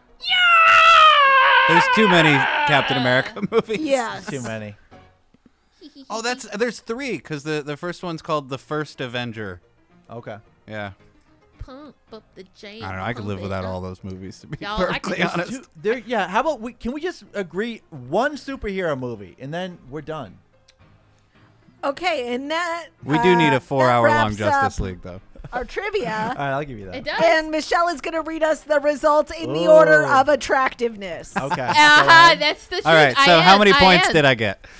Yeah! There's too many Captain America [laughs] movies. yes. Too many. [laughs] Oh, that's there's three because the the first one's called the First Avenger. Okay. Yeah. Pump up the jam. I don't know. I could pump live it without up. all those movies to be Y'all, I perfectly could- honest. Dude, there, yeah. How about we? Can we just agree one superhero movie and then we're done? Okay, and that We do need uh, a four-hour-long that wraps Justice up League, though. Our [laughs] All trivia. right, I'll give you that. It does. And Michelle is going to read us the results in the order Ooh. of attractiveness. Okay. Aha, [laughs] that's the truth. All right. So, how many points did I? am, I get? am.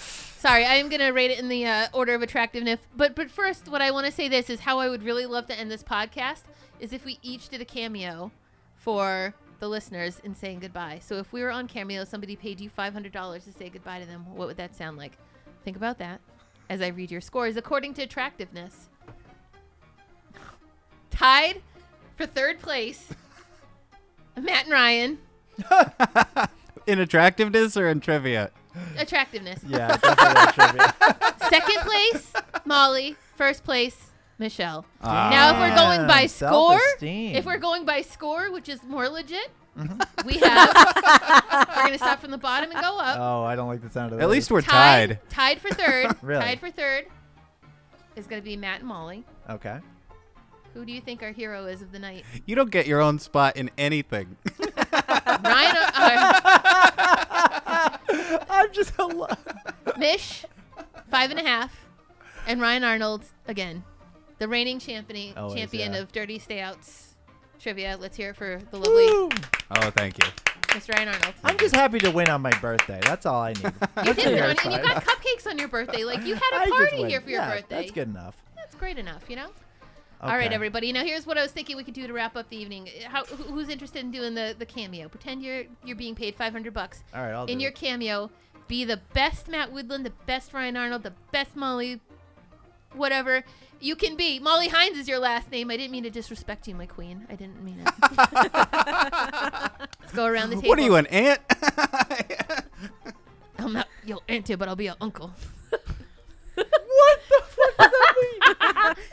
Sorry, I am gonna rate it in the uh, order of attractiveness. But but first, what I want to say this is how I would really love to end this podcast is if we each did a cameo for the listeners in saying goodbye. So if we were on cameo, somebody paid you five hundred dollars to say goodbye to them. What would that sound like? Think about that as I read your scores according to attractiveness. Tied for third place, Matt and Ryan. In attractiveness or in trivia? Attractiveness. yeah. Definitely [laughs] a trivia. Second place, Molly. First place, Michelle. now, if Ah. we're going by Damn, score, Ah, self-esteem. if we're going by score, which is more legit, we have. we're gonna start from the bottom and go up. Oh, I don't like the sound of that. At least we're tied. tied. Tied for third. [laughs] Really? Tied for third is gonna be Matt and Molly. Okay. Who do you think our hero is of the [laughs] night? You don't get your own spot in [laughs] anything. Ryan, or- uh, I'm just a lo- Mish, five and a half, and Ryan Arnold again, the reigning champion Always, champion yeah. of Dirty Stayouts trivia. Let's hear it for the lovely. oh, thank you. Mr. Ryan Arnold. I'm just happy to win on my birthday. That's all I need. [laughs] You That's did a win, hair and you side. got cupcakes on your birthday. Like you I had a just party win. here for your Yeah, birthday. That's good enough. That's great enough, you know. All right, Okay. everybody. Now here's what I was thinking we could do to wrap up the evening. How, who- who's interested in doing the, the cameo? Pretend you're you're being paid 500 bucks. All right, I'll in do your it. cameo, be the best Matt Woodland, the best Ryan Arnold, the best Molly, whatever you can be. Molly Hines is your last name. I didn't mean to disrespect you, my queen. I didn't mean [laughs] it. Let's go around the table. What are you, an ant? [laughs] I'm not your auntie, but I'll be your uncle.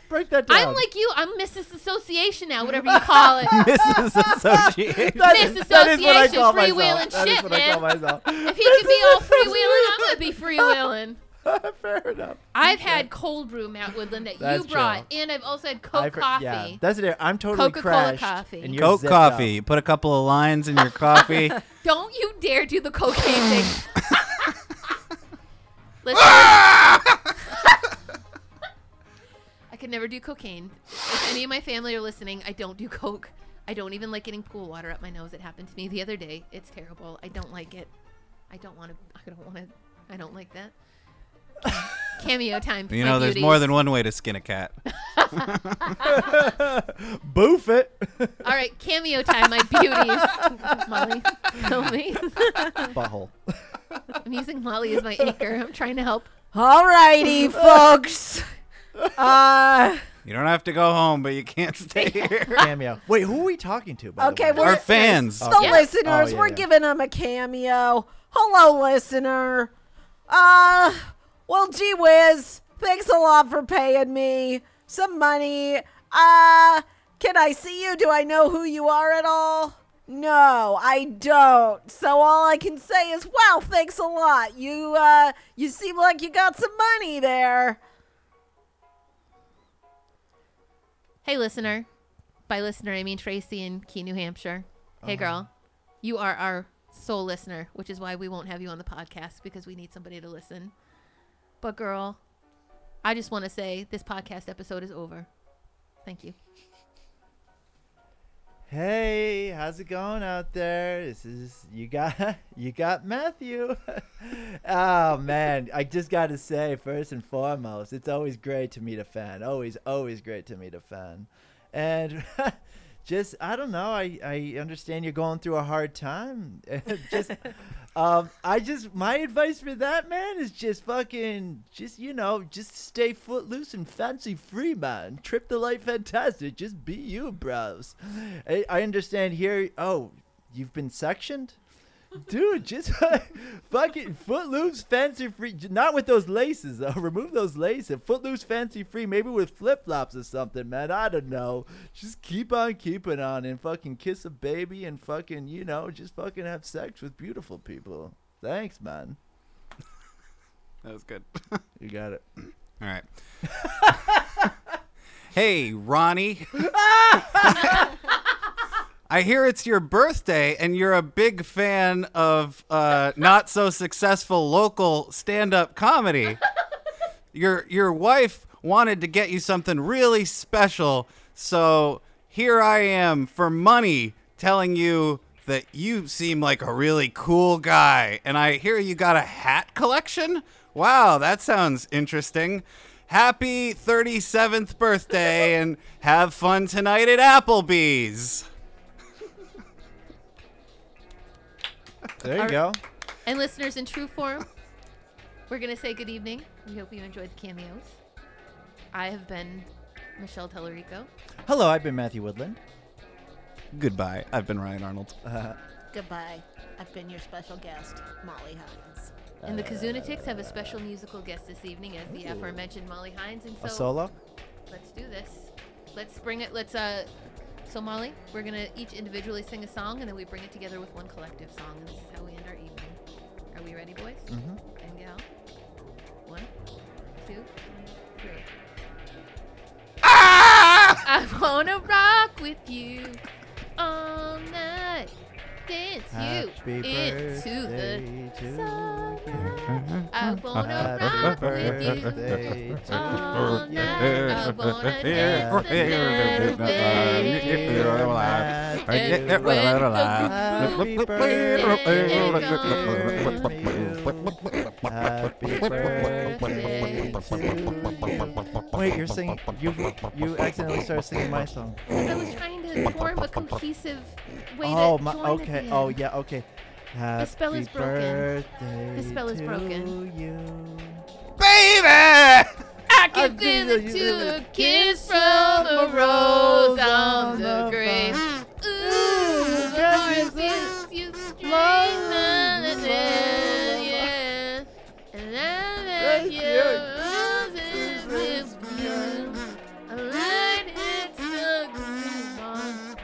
Break that down. I'm [laughs] like you. I'm Mrs. Association now, whatever you call it. Mrs. [laughs] Association. That Miss that is what I Association, call freewheeling myself. That is shit, what I call man. myself. If he could be all freewheeling, I'm gonna be freewheeling. [laughs] Fair enough. I've had cold brew Matt Woodland that That's you brought, true. and I've also had Coke I've heard- coffee. Yeah, that's it. I'm totally Coca-Cola crashed. coffee. and you're Coke zipped up. coffee. You put a couple of lines in your coffee. [laughs] Don't you dare do the cocaine [laughs] thing. Listen. I [laughs] could never do cocaine. If any of my family are listening, I don't do coke. I don't even like getting pool water up my nose. It happened to me the other day. It's terrible. I don't like it. I don't want to. I don't want to. I don't like that. Cameo time. You my know, there's beauties. more than one way to skin a cat. [laughs] Boof it. All right, cameo time, my beauties. Molly, help me. Butthole. I'm using Molly as my anchor. I'm trying to help. Alrighty, folks. Uh, You don't have to go home, but you [laughs] can't stay here. Cameo. Wait, who are we talking to? By okay, the we're Our fans. the Yeah. listeners. Oh, yeah, we're yeah. giving them a cameo. Hello, listener. Uh, well, gee whiz, thanks a lot for paying me some money. Uh, can I see you? Do I know who you are at all? No, I don't. So all I can say is, wow, thanks a lot. You, uh, you seem like you got some money there. Hey, listener. By listener, I mean Tracy in Key, New Hampshire. Hey, girl. You are our sole listener, which is why we won't have you on the podcast because we need somebody to listen. But, girl, I just want to say this podcast episode is over. Thank you. Hey, how's it going out there? This is you got [laughs] you got Matthew. [laughs] oh man, I just got to say first and foremost, it's always great to meet a fan. Always always great to meet a fan. And [laughs] just I don't know, I I understand you're going through a hard time. [laughs] just um I just my advice for that man is just fucking just you know, just stay footloose and fancy free, man. Trip the life fantastic. Just be you, bros. I, I understand here. Oh, you've been sectioned? Dude, just [laughs] fucking footloose, fancy free. Not with those laces though. [laughs] Remove those laces. Footloose, fancy free. Maybe with flip flops or something, man. I don't know. Just keep on keeping on and fucking kiss a baby and fucking you know just fucking have sex with beautiful people. Thanks, man. That was good. You got it. [clears throat] All right. [laughs] hey, Ronnie. [laughs] I hear it's your birthday and you're a big fan of uh, not so successful local stand up comedy. Your, your wife wanted to get you something really special, so here I am for money telling you that you seem like a really cool guy. And I hear you got a hat collection? Wow, that sounds interesting. Happy 37th birthday and have fun tonight at Applebee's. There you go. And listeners, in true form, we're going to say good evening. We hope you enjoyed the cameos. I have been Michelle Tellerico. Hello, I've been Matthew Woodland. Goodbye. I've been Ryan Arnold. Goodbye. I've been your special guest, Molly Hines. And the Kazunatics have a special musical guest this evening as the aforementioned Molly Hines. And so A solo. let's do this. Let's bring it. Let's uh. So Molly, we're gonna each individually sing a song, and then we bring it together with one collective song. And this is how we end our evening. Are we ready, boys Mm-hmm. and gal? One, two, three. Ah! I wanna rock with you all night. dance Happy you into the birthday to sunlight. I wanna rock Happy with you birthday to all you. night. I wanna dance the night away. Wait, you're singing. You you accidentally started singing my song. I was trying to form a cohesive way oh to my. join at the Okay. end. Oh yeah. Okay. Happy spell is broken. The Birthday spell is to broken. You. I can I feel feel it you too. with A kiss from a rose on the grave. Ooh, Ooh, I precious feel you straight. love, na, na, na, love. yeah. And I Thank love you. your roses with blue. I light it so good once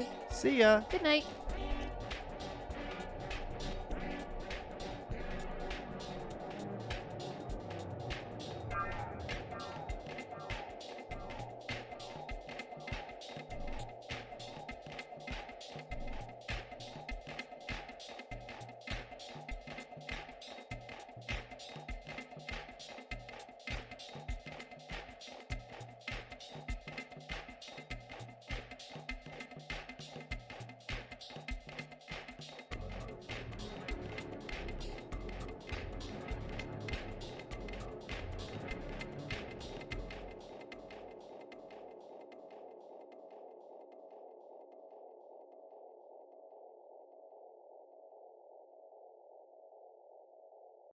Great. See ya. Good night.